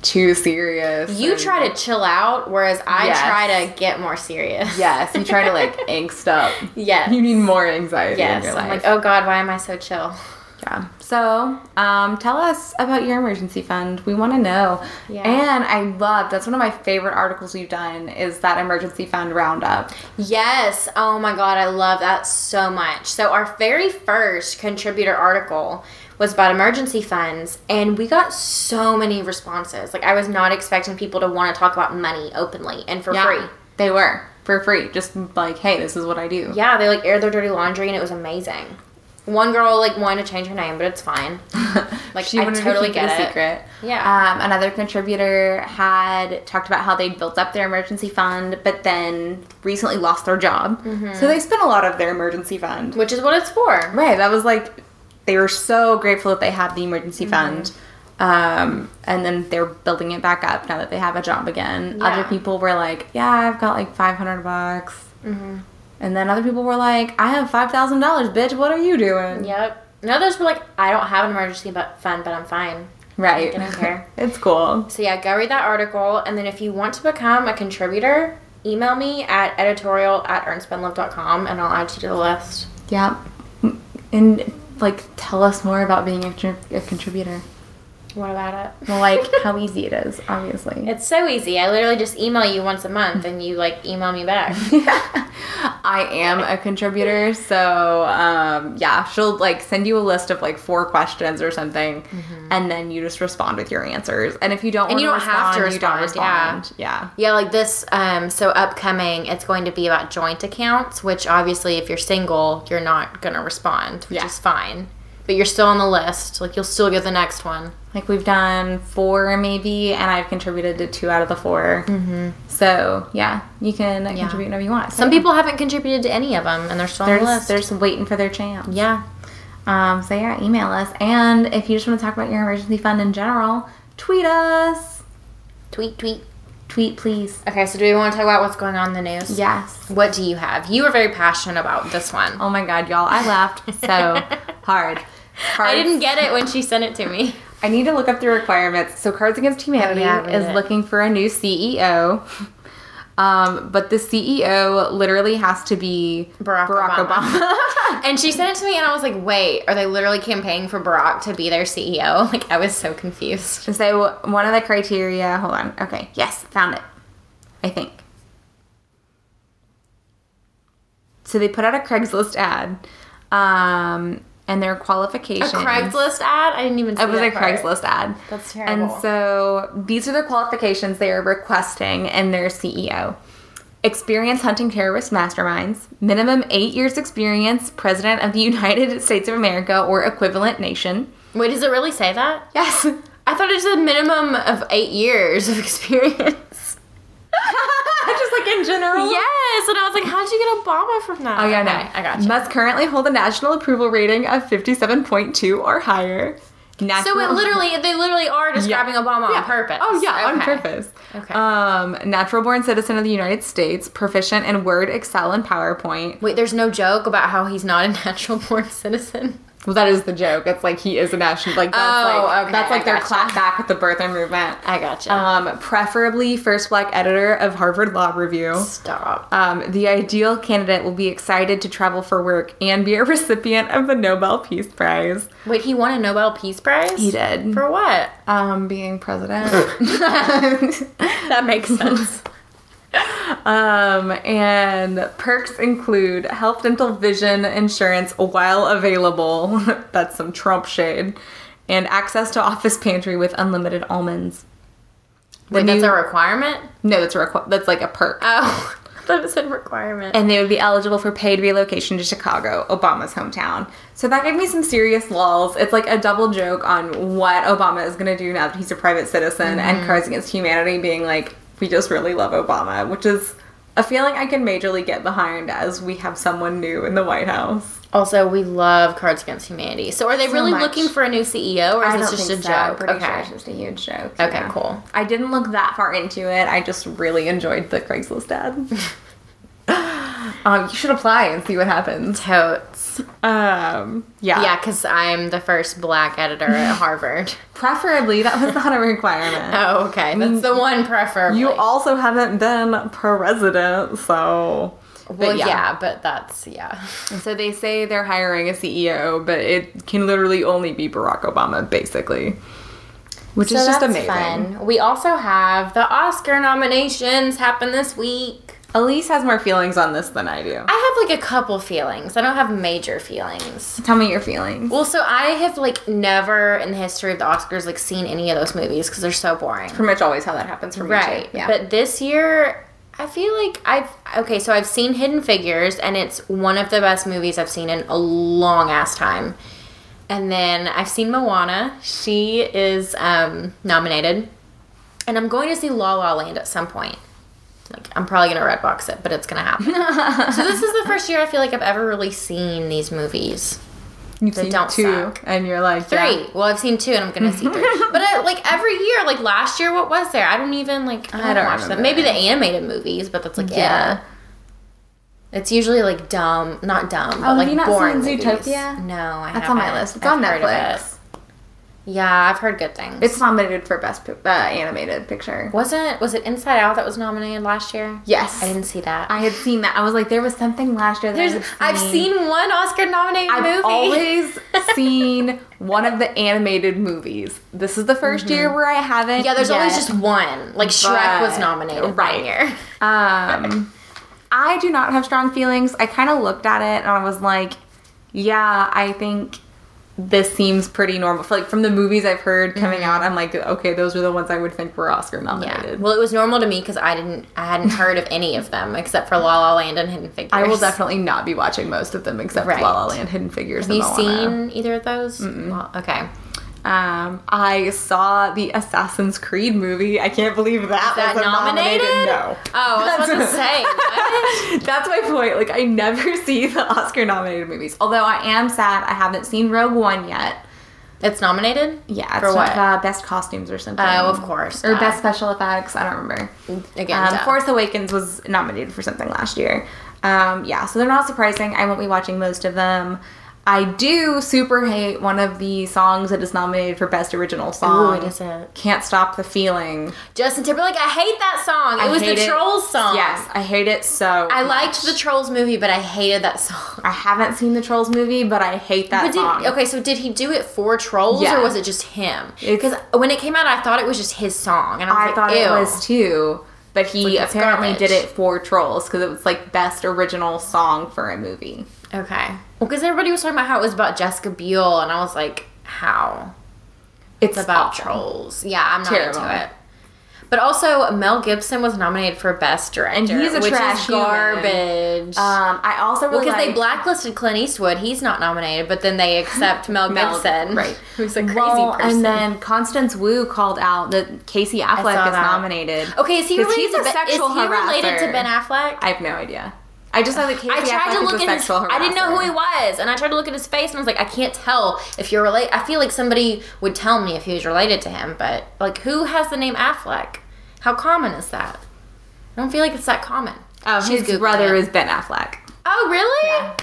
Speaker 2: too serious.
Speaker 3: you
Speaker 2: and-
Speaker 3: try to chill out, whereas I
Speaker 2: Yes.
Speaker 3: try to get more serious.
Speaker 2: Yes, you try to like angst up.
Speaker 3: Yes.
Speaker 2: You need more anxiety in
Speaker 3: yes.
Speaker 2: your
Speaker 3: I'm
Speaker 2: life.
Speaker 3: like, oh God, why am I so chill?
Speaker 2: Yeah. So, um, tell us about your emergency fund. We want to know.
Speaker 3: Yeah.
Speaker 2: And I love that's one of my favorite articles you've done is that emergency fund roundup.
Speaker 3: Yes. Oh my God, I love that so much. So, our very first contributor article was about emergency funds, and we got so many responses. Like, I was not expecting people to want to talk about money openly and for free.
Speaker 2: They were for free. Just like, hey, this is what I do.
Speaker 3: Yeah, they like aired their dirty laundry, and it was amazing. One girl like wanted to change her name, but it's fine. Like,
Speaker 2: she
Speaker 3: I
Speaker 2: wanted
Speaker 3: totally
Speaker 2: to keep it
Speaker 3: get
Speaker 2: a
Speaker 3: it.
Speaker 2: secret.
Speaker 3: Yeah.
Speaker 2: Um, another contributor had talked about how they'd built up their emergency fund, but then recently lost their job.
Speaker 3: Mm-hmm.
Speaker 2: So they spent a lot of their emergency fund.
Speaker 3: Which is what it's for.
Speaker 2: Right. That was like they were so grateful that they had the
Speaker 3: Mm-hmm.
Speaker 2: emergency fund. Um, and then they're building it back up now that they have a job again.
Speaker 3: Yeah.
Speaker 2: Other people were like, "Yeah, I've got like five hundred bucks,"
Speaker 3: Mm-hmm.
Speaker 2: and then other people were like, "I have five thousand dollars, bitch. What are you doing?"
Speaker 3: Yep. And others were like, I don't have an emergency bu- fund, but I'm fine.
Speaker 2: Right.
Speaker 3: I don't care.
Speaker 2: it's cool.
Speaker 3: So yeah, go read that article, and then if you want to become a contributor, email me at editorial at earnspendlove.com, and I'll add you to the list.
Speaker 2: Yeah. And like, tell us more about being a, tr- a contributor.
Speaker 3: What about it?
Speaker 2: Well, Like how easy it is, obviously.
Speaker 3: It's so easy. I literally just email you once a month, and you like email me back.
Speaker 2: I am a contributor, so um, yeah, she'll like send you a list of like four questions or something, and then you just respond with your answers. And if you don't,
Speaker 3: Mm-hmm. And you
Speaker 2: wanna
Speaker 3: don't have to
Speaker 2: you don't
Speaker 3: respond,
Speaker 2: respond. Yeah.
Speaker 3: Yeah, like this. Um, so upcoming, it's going to be about joint accounts, which obviously, if you're single, you're not gonna respond, which
Speaker 2: Yeah.
Speaker 3: is fine. But you're still on the list. Like you'll still get the next one.
Speaker 2: like we've done four maybe, and I've contributed to two out of the 4 So yeah, you can uh contribute whenever you want. So,
Speaker 3: Mm-hmm. Some
Speaker 2: yeah,
Speaker 3: people haven't contributed to any of them, and they're still
Speaker 2: they're
Speaker 3: on the
Speaker 2: just,
Speaker 3: list.
Speaker 2: they're just waiting for their chance.
Speaker 3: yeah.
Speaker 2: Um, so yeah, email us, and if you just want to talk about your emergency fund in general, tweet us.
Speaker 3: Tweet, tweet.
Speaker 2: Tweet please.
Speaker 3: Okay, so do we want to talk about what's going on in the news?
Speaker 2: Yes.
Speaker 3: What do you have? You were very passionate about this one.
Speaker 2: Oh my god, y'all! I laughed so hard. Cards,
Speaker 3: I didn't get it when she sent it to me.
Speaker 2: I need to look up the requirements. So, Cards Against Humanity
Speaker 3: Oh, yeah, read
Speaker 2: is
Speaker 3: it.
Speaker 2: looking for a new CEO, um, but the CEO literally has to be
Speaker 3: Barack Obama. And she sent it to me, and I was like, wait, are they literally campaigning for Barack to be their CEO? Like, I was so confused.
Speaker 2: so, one of the criteria. Hold on. Okay. Yes, found it. I think. So they put out a Craigslist ad, um, and their
Speaker 3: A
Speaker 2: qualifications.
Speaker 3: Craigslist ad? I didn't even see
Speaker 2: It was
Speaker 3: that
Speaker 2: a
Speaker 3: part.
Speaker 2: Craigslist ad.
Speaker 3: That's terrible.
Speaker 2: And so these are the qualifications they are requesting in their CEO. Experience hunting terrorist masterminds, minimum eight years experience, president of the United States of America or equivalent nation.
Speaker 3: Wait, does it really say that?
Speaker 2: Yes.
Speaker 3: I thought it was a minimum of eight years of experience.
Speaker 2: Just like in general.
Speaker 3: yes, and I was like, how'd you get Obama from that?
Speaker 2: Oh yeah,
Speaker 3: Okay,
Speaker 2: no.
Speaker 3: I got you.
Speaker 2: Must currently hold a national approval rating of fifty-seven point two or higher.
Speaker 3: So it
Speaker 2: National-
Speaker 3: literally, they literally are describing Obama
Speaker 2: Yeah.
Speaker 3: on purpose.
Speaker 2: Oh yeah, on
Speaker 3: Okay.
Speaker 2: purpose.
Speaker 3: Okay.
Speaker 2: Um, natural born citizen of the United States, proficient in Word, Excel, and PowerPoint.
Speaker 3: Wait, there's no joke about how he's not a natural born citizen.
Speaker 2: Well, that is the joke. It's like he is a national. Like that's
Speaker 3: Oh,
Speaker 2: like
Speaker 3: okay,
Speaker 2: that's like
Speaker 3: I
Speaker 2: their
Speaker 3: gotcha.
Speaker 2: clap back at the birther movement.
Speaker 3: I gotcha.
Speaker 2: Um, preferably first black editor of Harvard Law Review.
Speaker 3: Stop.
Speaker 2: Um, the ideal candidate will be excited to travel for work and be a recipient of the Nobel Peace Prize.
Speaker 3: Wait, he won a Nobel Peace Prize?
Speaker 2: He did.
Speaker 3: For what?
Speaker 2: Um, being president.
Speaker 4: That makes sense.
Speaker 2: um, and perks include health, dental, vision insurance while available. That's some Trump shade. And access to office pantry with unlimited almonds. The
Speaker 3: Wait, that's
Speaker 2: new-
Speaker 3: a requirement?
Speaker 2: no, that's a requ- that's like a perk.
Speaker 3: Oh.
Speaker 4: I thought it said requirement.
Speaker 2: and they would be eligible for paid relocation to Chicago, Obama's hometown. So that gave me some serious lulls. It's like a double joke on what Obama is going to do now that he's a private citizen and Cards Against Humanity being like, we just really love Obama, which is a feeling I can majorly get behind as we have someone new in the White House.
Speaker 3: Also, we love Cards Against Humanity. So, are they
Speaker 2: So
Speaker 3: really
Speaker 2: much.
Speaker 3: looking for a new CEO, or is this just a
Speaker 2: I'm
Speaker 3: joke?
Speaker 2: pretty
Speaker 3: okay.
Speaker 2: sure it's just a huge joke.
Speaker 3: Okay, cool.
Speaker 2: I didn't look that far into it. I just really enjoyed the Craigslist ad. um, you should apply and see what happens.
Speaker 3: Totes.
Speaker 2: Um,
Speaker 3: Yeah, because I'm the first black editor at Harvard.
Speaker 2: Preferably, that was not a requirement.
Speaker 3: oh, okay. That's the one preferably.
Speaker 2: You also haven't been president, so. but
Speaker 3: Well, yeah. but that's, yeah.
Speaker 2: So they say they're hiring a CEO, but it can literally only be Barack Obama, basically. Which is just amazing.
Speaker 3: Fun. We also have the Oscar nominations happen this week.
Speaker 2: Elise has more feelings on this than I do.
Speaker 3: I have like a couple feelings. I don't have major feelings.
Speaker 2: Tell me your feelings.
Speaker 3: Well, so I have like never in the history of the Oscars like seen any of those movies because they're so boring.
Speaker 2: Pretty much always how that happens for me.
Speaker 3: Right.
Speaker 2: Too. Yeah.
Speaker 3: But this year, I feel like I've okay. So I've seen Hidden Figures, and it's one of the best movies I've seen in a long ass time. And then I've seen Moana. She is um, nominated, and I'm going to see La La Land at some point. Like I'm probably gonna red box it, but it's gonna happen. so this is the first year I feel like I've ever really seen these movies.
Speaker 2: You've
Speaker 3: they
Speaker 2: seen
Speaker 3: don't
Speaker 2: two,
Speaker 3: suck.
Speaker 2: and you're like
Speaker 3: Three.
Speaker 2: yeah.
Speaker 3: Well, I've seen two, and I'm gonna see three. but I, like every year, like last year, what was there? I don't even like. I don't,
Speaker 2: don't
Speaker 3: watch them.
Speaker 2: remember.
Speaker 3: Maybe the animated movies, but that's like
Speaker 2: Yeah.
Speaker 3: yeah. It's usually like dumb, not dumb, but
Speaker 2: Oh, have
Speaker 3: like
Speaker 2: you not
Speaker 3: boring
Speaker 2: seen
Speaker 3: movies.
Speaker 2: Zootopia?
Speaker 3: No, I
Speaker 2: That's on my
Speaker 3: haven't.
Speaker 2: list. It's
Speaker 3: I've
Speaker 2: on
Speaker 3: heard of
Speaker 2: Netflix.
Speaker 3: it. Yeah, I've heard good things.
Speaker 2: It's nominated for best Pic- uh, animated picture.
Speaker 3: wasn't was it Inside Out that was nominated last year?
Speaker 2: Yes.
Speaker 3: I didn't see that.
Speaker 2: I had seen that. I was like, there was something last year that
Speaker 3: There's,
Speaker 2: I had
Speaker 3: I've seen one Oscar nominated
Speaker 2: I've
Speaker 3: movie.
Speaker 2: always seen one of the animated movies. This is the 1st year where I haven't.
Speaker 3: Mm-hmm. yeah, there's always
Speaker 2: yet.
Speaker 3: just one. Like Shrek was
Speaker 2: But-
Speaker 3: nominated
Speaker 2: right.
Speaker 3: one year.
Speaker 2: Um, I do not have strong feelings. I kind of looked at it and I was like, yeah, I think this seems pretty normal. For, like from the movies I've heard coming out, I'm like, okay, those are the ones I would think were Oscar nominated.
Speaker 3: Mm-hmm. Yeah. Well, it was normal to me because I didn't, I hadn't heard of any of them except for La La Land and Hidden Figures.
Speaker 2: I will definitely not be watching most of them except
Speaker 3: Right.
Speaker 2: La La Land, Hidden Figures.
Speaker 3: Have you
Speaker 2: and Moana.
Speaker 3: seen either of those? Well, okay.
Speaker 2: Um, I saw the Assassin's Creed movie. I can't believe that,
Speaker 3: That
Speaker 2: was
Speaker 3: nominated?
Speaker 2: No,
Speaker 3: Oh, I was about to say. What?
Speaker 2: that's my point. Like, I never see the Oscar-nominated movies. Although I am sad I haven't seen Rogue One yet.
Speaker 3: It's nominated.
Speaker 2: Yeah, it's
Speaker 3: for
Speaker 2: not-
Speaker 3: what?
Speaker 2: Uh, best costumes or something.
Speaker 3: Oh, of course.
Speaker 2: Or
Speaker 3: duh.
Speaker 2: best special effects. I don't remember.
Speaker 3: again.
Speaker 2: Um,
Speaker 3: duh.
Speaker 2: Force Awakens was nominated for something last year. Um, yeah, so they're not surprising. I won't be watching most of them. I do super hate one of the songs that is nominated for best original
Speaker 3: Ooh,
Speaker 2: song.
Speaker 3: what is it?
Speaker 2: Can't stop the feeling.
Speaker 3: Justin Timberlake. I hate that song. It
Speaker 2: I
Speaker 3: was the
Speaker 2: hate it.
Speaker 3: Trolls song.
Speaker 2: Yes, I hate it so.
Speaker 3: I
Speaker 2: much.
Speaker 3: liked the Trolls movie, but I hated that song.
Speaker 2: I haven't seen the Trolls movie, but I hate that
Speaker 3: But
Speaker 2: song.
Speaker 3: did, okay, so did he do it for Trolls
Speaker 2: Yeah.
Speaker 3: or was it just him?
Speaker 2: It's-
Speaker 3: Because when it came out, I thought it was just his song, and I was
Speaker 2: I
Speaker 3: like,
Speaker 2: thought
Speaker 3: Ew.
Speaker 2: it was too, but he
Speaker 3: Like, it's
Speaker 2: apparently
Speaker 3: garbage.
Speaker 2: did it for Trolls because it was like best original song for a movie.
Speaker 3: Okay. Well, because everybody was talking about how it was about Jessica Biel, and I was like, how?
Speaker 2: It's,
Speaker 3: It's about
Speaker 2: awful.
Speaker 3: trolls. Yeah, I'm not
Speaker 2: Terrible.
Speaker 3: into it. But also, Mel Gibson was nominated for Best Director,
Speaker 2: he's a
Speaker 3: which
Speaker 2: trash
Speaker 3: is
Speaker 2: human.
Speaker 3: garbage.
Speaker 2: Um, I also
Speaker 3: well,
Speaker 2: really
Speaker 3: because they
Speaker 2: liked-
Speaker 3: blacklisted Clint Eastwood, he's not nominated, but then they accept Mel
Speaker 2: Mel-
Speaker 3: Gibson,
Speaker 2: right.
Speaker 3: Who's a crazy
Speaker 2: Well,
Speaker 3: person.
Speaker 2: and then Constance Wu called out that Casey Affleck
Speaker 3: saw
Speaker 2: is
Speaker 3: that.
Speaker 2: nominated.
Speaker 3: okay, is he
Speaker 2: 'Cause
Speaker 3: related?
Speaker 2: he's a
Speaker 3: to ben,
Speaker 2: sexual
Speaker 3: is he related to
Speaker 2: harasser.
Speaker 3: Ben Affleck?
Speaker 2: I have no idea. I just know that Casey
Speaker 3: I tried
Speaker 2: Affleck
Speaker 3: to
Speaker 2: is
Speaker 3: look
Speaker 2: a
Speaker 3: at his.
Speaker 2: sexual harasser.
Speaker 3: I didn't know who he was, and I tried to look at his face, and I was like, I can't tell if you're related. I feel like somebody would tell me if he was related to him, but like, who has the name Affleck? How common is that? I don't feel like it's that common.
Speaker 2: Oh,
Speaker 3: She's
Speaker 2: his
Speaker 3: Googling
Speaker 2: brother
Speaker 3: it.
Speaker 2: is Ben Affleck.
Speaker 3: Oh, really?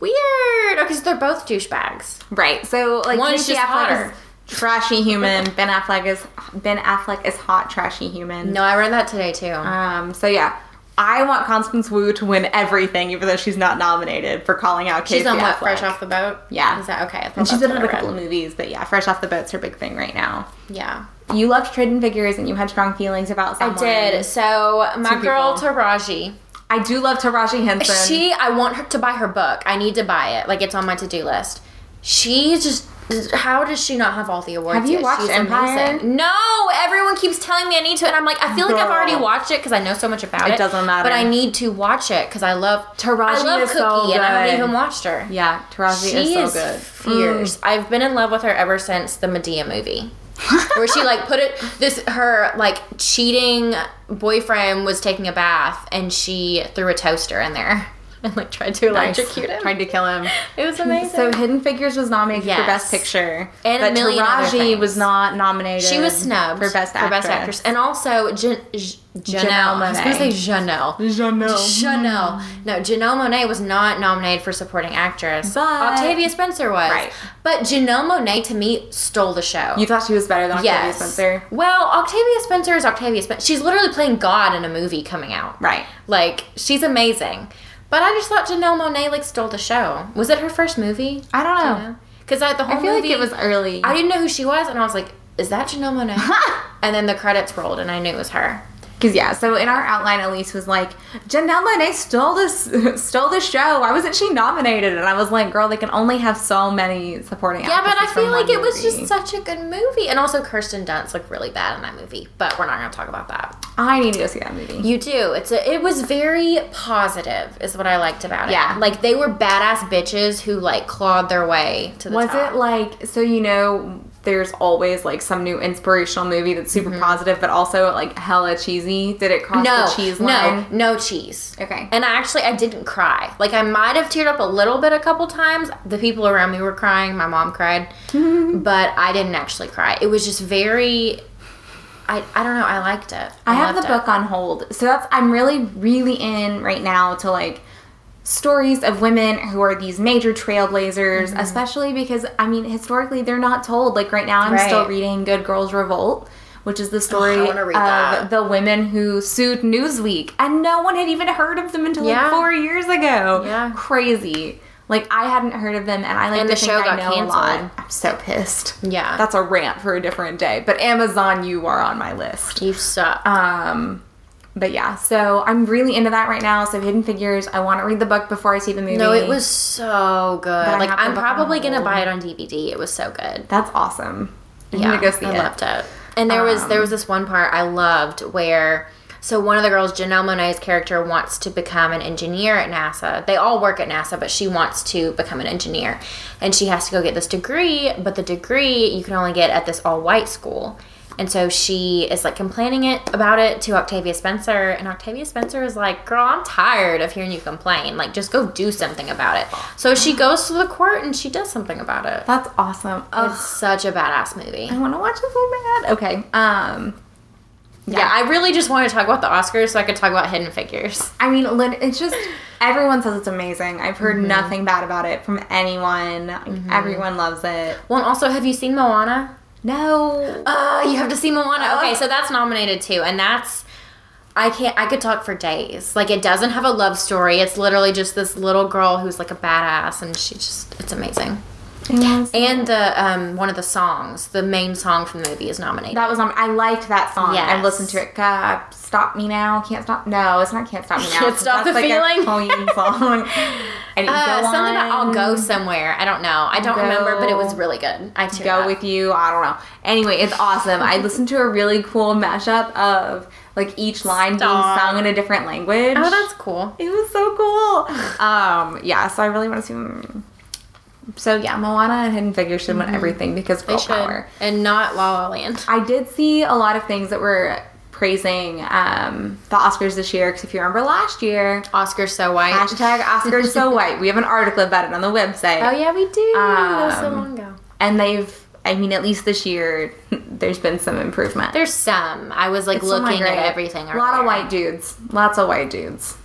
Speaker 3: Weird. Because they're both douchebags.
Speaker 2: Right. So like
Speaker 3: One's
Speaker 2: Casey Affleck
Speaker 3: just hotter.
Speaker 2: is trashy human. Ben Affleck is Ben Affleck is hot trashy human.
Speaker 3: No, I read that today too.
Speaker 2: Um. So yeah. I want Constance Wu to win everything, even though she's not nominated for calling out Casey
Speaker 3: She's on what?
Speaker 2: Affleck.
Speaker 3: Fresh off the boat.
Speaker 2: Yeah.
Speaker 3: Is that okay? I thought
Speaker 2: and she's
Speaker 3: that's
Speaker 2: been in
Speaker 3: what
Speaker 2: a
Speaker 3: I
Speaker 2: couple
Speaker 3: read.
Speaker 2: movies, but yeah, Fresh Off the Boat's her big thing right now.
Speaker 3: Yeah.
Speaker 2: You loved Trading Figures and you had strong feelings about
Speaker 3: I
Speaker 2: someone.
Speaker 3: did. So my
Speaker 2: Two
Speaker 3: girl
Speaker 2: people.
Speaker 3: Taraji,
Speaker 2: I do love Taraji Henson.
Speaker 3: she I want her to buy her book. I need to buy it. Like it's on my to do list. She just how does she not have all the awards?
Speaker 2: Have you
Speaker 3: yet?
Speaker 2: watched
Speaker 3: She's
Speaker 2: Empire?
Speaker 3: amazing. No, everyone keeps telling me I need to, and I'm like, I feel like I've
Speaker 2: Girl.
Speaker 3: already watched it because I know so much about it.
Speaker 2: It doesn't matter.
Speaker 3: but I need to watch it because I love
Speaker 2: Taraji
Speaker 3: I love
Speaker 2: is
Speaker 3: Cookie,
Speaker 2: so
Speaker 3: and I haven't
Speaker 2: good.
Speaker 3: even watched her.
Speaker 2: yeah, Taraji
Speaker 3: She
Speaker 2: is so
Speaker 3: is
Speaker 2: good. Mm,
Speaker 3: fierce. I've been in love with her ever since the Medea movie. where she like put it this her like cheating boyfriend was taking a bath and she threw a toaster in there and like tried to
Speaker 2: Nice.
Speaker 3: electrocute him.
Speaker 2: Tried to kill him.
Speaker 3: It was amazing.
Speaker 2: So Hidden Figures was nominated for
Speaker 3: Yes.
Speaker 2: Best Picture,
Speaker 3: And a
Speaker 2: but
Speaker 3: million other
Speaker 2: Taraji
Speaker 3: things.
Speaker 2: was not nominated.
Speaker 3: she was snubbed
Speaker 2: for Best Actress.
Speaker 3: and also Jan- J- Janelle. I was gonna say
Speaker 2: Monáe.
Speaker 3: Janelle.
Speaker 2: Janelle.
Speaker 3: Janelle. No, Janelle Monet was not nominated for supporting actress.
Speaker 2: But-
Speaker 3: Octavia Spencer was.
Speaker 2: Right.
Speaker 3: But Janelle Monet to me stole the show.
Speaker 2: You thought she was better than Octavia
Speaker 3: Yes.
Speaker 2: Spencer,
Speaker 3: Well, Octavia Spencer is Octavia Spencer. She's literally playing God in a movie coming out.
Speaker 2: right?
Speaker 3: Like, she's amazing. But I just thought Janelle Monet like stole the show. Was it her first movie?
Speaker 2: I don't know.
Speaker 3: Because I the whole
Speaker 2: I feel
Speaker 3: movie
Speaker 2: like it was early.
Speaker 3: I didn't know who she was, and I was like, "Is that Janelle Monet?" and then the credits rolled, and I knew it was her.
Speaker 2: Because yeah, so in our outline, Elise was like, Janelle Monae stole this, stole the show. Why wasn't she nominated? And I was like, girl, they can only have so many supporting.
Speaker 3: Yeah, but I
Speaker 2: actresses from
Speaker 3: feel like
Speaker 2: one
Speaker 3: it was
Speaker 2: movie.
Speaker 3: just such a good movie, and also Kirsten Dunst looked really bad in that movie. But we're not going to talk about that.
Speaker 2: I need to go see that movie.
Speaker 3: You do. It's a, it was very positive, is what I liked about it.
Speaker 2: Yeah.
Speaker 3: like they were badass bitches who like clawed their way to the
Speaker 2: was
Speaker 3: top.
Speaker 2: it like so? You know, there's always like some new inspirational movie that's super positive, but also like hella cheesy. Did it cross
Speaker 3: Mm-hmm. no
Speaker 2: the cheese
Speaker 3: no
Speaker 2: line?
Speaker 3: no cheese?
Speaker 2: Okay.
Speaker 3: And I actually I didn't cry. Like I might have teared up a little bit a couple times. The people around me were crying. My mom cried, but I didn't actually cry. It was just very. I, I don't know. I liked it.
Speaker 2: I have the
Speaker 3: loved
Speaker 2: book on hold. So that's I'm really really in right now to like stories of women who are these major trailblazers,
Speaker 3: Mm-hmm.
Speaker 2: especially because I mean historically they're not told. Like right now I'm still
Speaker 3: Right.
Speaker 2: reading Good Girls Revolt. Which is the story
Speaker 3: I wanna
Speaker 2: of
Speaker 3: read that.
Speaker 2: the women who sued Newsweek, and no one had even heard of them until like
Speaker 3: Yeah.
Speaker 2: four years ago.
Speaker 3: Yeah.
Speaker 2: crazy. Like I hadn't heard of them, and I like
Speaker 3: And
Speaker 2: to
Speaker 3: the
Speaker 2: think
Speaker 3: show
Speaker 2: I
Speaker 3: got
Speaker 2: know a
Speaker 3: canceled.
Speaker 2: lot. I'm so pissed.
Speaker 3: Yeah.
Speaker 2: that's a rant for a different day. But Amazon, you are on my list.
Speaker 3: You suck.
Speaker 2: Um, but yeah, so I'm really into that right now. So Hidden Figures, I want to read the book before I see the movie.
Speaker 3: no, it was so good.
Speaker 2: I
Speaker 3: Like
Speaker 2: have the
Speaker 3: I'm
Speaker 2: book on
Speaker 3: probably gonna
Speaker 2: hold.
Speaker 3: buy it on DVD. It was so good.
Speaker 2: That's awesome. I'm
Speaker 3: yeah,
Speaker 2: gonna go see
Speaker 3: I
Speaker 2: it. Um,
Speaker 3: loved it. And there was there was this one part I loved where so one of the girls, Janelle Monae's character, wants to become an engineer at NASA. They all work at NASA, but she wants to become an engineer, and she has to go get this degree. But the degree you can only get at this all white school. And so she is like complaining it about it to Octavia Spencer, and Octavia Spencer is like, "Girl, I'm tired of hearing you complain. Like, just go do something about it." So she goes to the court and she does something about it.
Speaker 2: That's awesome. Ugh,
Speaker 3: It's such a badass movie.
Speaker 2: I want to watch it so bad. Okay. Um,
Speaker 3: Yeah, I really just want to talk about the Oscars so I could talk about Hidden Figures.
Speaker 2: I mean, lit- it's just everyone says it's amazing. I've heard
Speaker 3: Mm-hmm.
Speaker 2: nothing bad about it from anyone. Everyone loves it.
Speaker 3: Well, and also, have you seen Moana?
Speaker 2: No.
Speaker 3: Uh, you have to see Moana. Okay, so that's nominated too, and that's I can't. I could talk for days. Like it doesn't have a love story. It's literally just this little girl who's like a badass, and she just it's amazing. And the um one of the songs, the main song from the movie, is nominated.
Speaker 2: That was on. I liked that song. I
Speaker 3: Yes.
Speaker 2: listened to it. Uh, stop me now. Can't stop. No, it's not. Can't stop me now.
Speaker 3: Can't Stop the
Speaker 2: like A
Speaker 3: Feeling.
Speaker 2: Korean song. And
Speaker 3: uh,
Speaker 2: go
Speaker 3: something about I'll
Speaker 2: on,
Speaker 3: go somewhere. I don't know. I don't remember, but it was
Speaker 2: Go-
Speaker 3: really good. I tuned
Speaker 2: go
Speaker 3: up.
Speaker 2: with you. I don't know. Anyway, it's awesome. I listened to a really cool mashup of like each line
Speaker 3: Stop.
Speaker 2: being sung in a different language.
Speaker 3: Oh, that's cool.
Speaker 2: it was so cool. Um, yeah. So I really want to see. mm. So yeah, Moana and Hidden Figures should win everything because girl
Speaker 3: Mm-hmm. They should,
Speaker 2: power.
Speaker 3: and not La La Land.
Speaker 2: I did see a lot of things that were praising um, the Oscars this year because if you remember last year,
Speaker 3: Oscar so white.
Speaker 2: hashtag Oscars so white. We have an article about it on the website,
Speaker 3: Oh yeah, we do. that was so
Speaker 2: Um,
Speaker 3: long ago.
Speaker 2: and they've. I mean, at least this year, there's been some improvement.
Speaker 3: There's some. I was like
Speaker 2: It's still not
Speaker 3: looking at
Speaker 2: great.
Speaker 3: everything.
Speaker 2: A lot of
Speaker 3: earlier.
Speaker 2: white dudes. Lots of white dudes.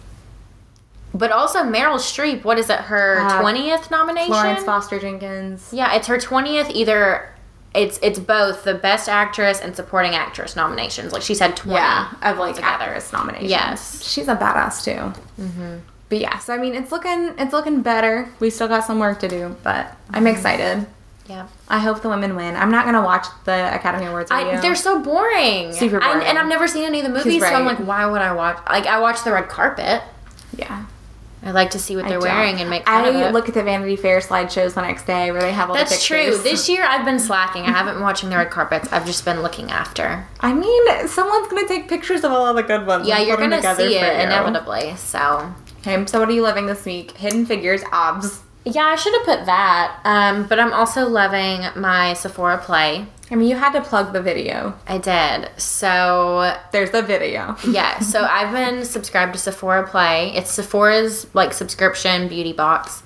Speaker 3: But also Meryl Streep, what is it, her
Speaker 2: Uh,
Speaker 3: twentieth nomination?
Speaker 2: Florence Foster Jenkins.
Speaker 3: Yeah, it's her twentieth. Either it's it's both the best actress and supporting actress nominations. Like she's had twenty.
Speaker 2: Yeah, of like
Speaker 3: Together.
Speaker 2: actress nominations.
Speaker 3: Yes. Mm-hmm.
Speaker 2: she's a badass too. But yeah, so I mean, it's looking it's looking better. We still got some work to do, but
Speaker 3: Mm-hmm.
Speaker 2: I'm excited.
Speaker 3: Yeah.
Speaker 2: I hope the women win. I'm not gonna watch the Academy Awards.
Speaker 3: I,
Speaker 2: video.
Speaker 3: They're so boring.
Speaker 2: Super
Speaker 3: I-
Speaker 2: boring.
Speaker 3: and I've never seen any of the movies, so I'm
Speaker 2: right.
Speaker 3: like, why would I watch? Like, I watch the red carpet.
Speaker 2: yeah.
Speaker 3: I like to see what they're
Speaker 2: I don't.
Speaker 3: wearing and make fun
Speaker 2: I
Speaker 3: of it.
Speaker 2: look at the Vanity Fair slideshows the next day where they have all the
Speaker 3: That's
Speaker 2: pictures.
Speaker 3: true. This year I've been slacking. I haven't been watching the red carpets. I've just been looking after.
Speaker 2: I mean, someone's gonna take pictures of all of the good ones.
Speaker 3: Yeah,
Speaker 2: and
Speaker 3: you're
Speaker 2: put 'em
Speaker 3: gonna
Speaker 2: together
Speaker 3: see
Speaker 2: for
Speaker 3: it
Speaker 2: you.
Speaker 3: inevitably. So
Speaker 2: Okay, so what are you loving this week? Hidden Figures, OBS.
Speaker 3: yeah, I should have put that. Um, but I'm also loving my Sephora play.
Speaker 2: I mean, you had to plug the video.
Speaker 3: I did. So
Speaker 2: There's the video.
Speaker 3: yeah, so I've been subscribed to Sephora Play. It's Sephora's like subscription beauty box.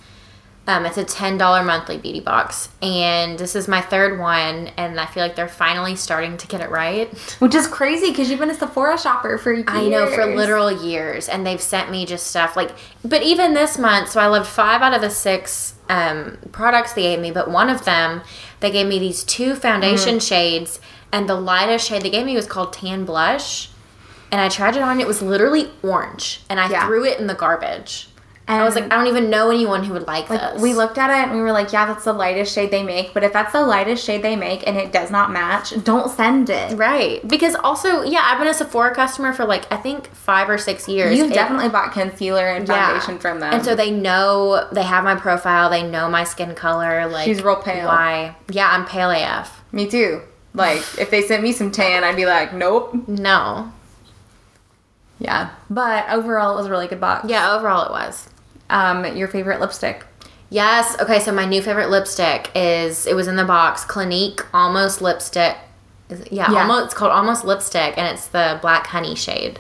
Speaker 3: Um, it's a ten dollar monthly beauty box, and this is my third one, and I feel like they're finally starting to get it right.
Speaker 2: Which is crazy because you've been a Sephora shopper for years.
Speaker 3: I know for literal years, and they've sent me just stuff like. But even this month, so I loved five out of the six um, products they gave me. But one of them, they gave me these two foundation
Speaker 2: Mm.
Speaker 3: shades, and the lightest shade they gave me was called Tan Blush, and I tried it on. It was literally orange, and I
Speaker 2: Yeah.
Speaker 3: threw it in the garbage.
Speaker 2: And
Speaker 3: I was like, I don't even know anyone who would like, this.
Speaker 2: we looked at it and we were like, yeah, that's the lightest shade they make. But if that's the lightest shade they make and it does not match, don't send it.
Speaker 3: right because also yeah, I've been a Sephora customer for like I think five or six years.
Speaker 2: You've
Speaker 3: It-
Speaker 2: definitely bought concealer and
Speaker 3: Yeah.
Speaker 2: foundation from them.
Speaker 3: And so they know they have my profile. They know my skin color. Like
Speaker 2: She's real pale.
Speaker 3: Why? Yeah, I'm pale AF.
Speaker 2: me too. Like if they sent me some tan, I'd be like, nope.
Speaker 3: No.
Speaker 2: Yeah, but overall, it was a really good box.
Speaker 3: Yeah. Overall, it was.
Speaker 2: Um, your favorite lipstick?
Speaker 3: Yes. Okay. So my new favorite lipstick is it was in the box Clinique Almost Lipstick. Is it- Yeah,
Speaker 2: Yeah.
Speaker 3: Almost. It's called Almost Lipstick, and it's the black honey shade,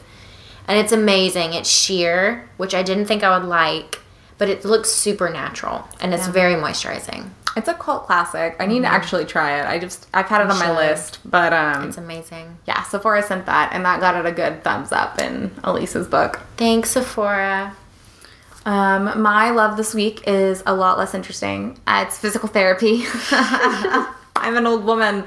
Speaker 3: and it's amazing. It's sheer, which I didn't think I would like, but it looks super natural, and it's very moisturizing.
Speaker 2: It's a cult classic. I need to actually try it. I just I've had it on my
Speaker 3: Mm-hmm. should.
Speaker 2: list, but um,
Speaker 3: It's amazing.
Speaker 2: yeah, Sephora sent that, and that got it a good thumbs up in Elise's book.
Speaker 3: Thanks, Sephora.
Speaker 2: Um, my love this week is a lot less interesting. Uh, it's physical therapy. I'm an old woman.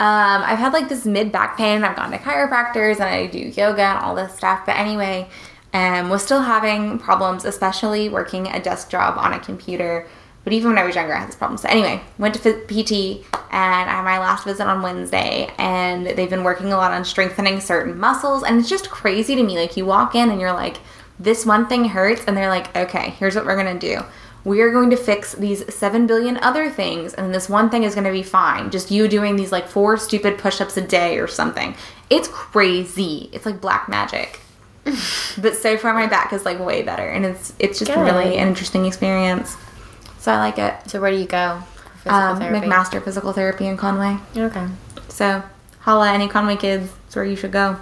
Speaker 2: Um, I've had like this mid back pain. I've gone to chiropractors and I do yoga and all this stuff. But anyway, um, was still having problems, especially working a desk job on a computer. But even when I was younger, I had this problem. So anyway, went to phys- PT and I had my last visit on Wednesday, and they've been working a lot on strengthening certain muscles. And it's just crazy to me. Like you walk in and you're like, this one thing hurts and they're like okay here's what we're gonna do we are going to fix these 7 billion other things and this one thing is gonna be fine just you doing these like four stupid push-ups a day or something it's crazy it's like black magic but so far my back is like way better and it's it's just
Speaker 3: Good.
Speaker 2: really an interesting experience so i like it
Speaker 3: So where do you go? for physical
Speaker 2: um,
Speaker 3: therapy?
Speaker 2: mcmaster physical therapy in conway
Speaker 3: Okay.
Speaker 2: so holla any conway kids it's where you should go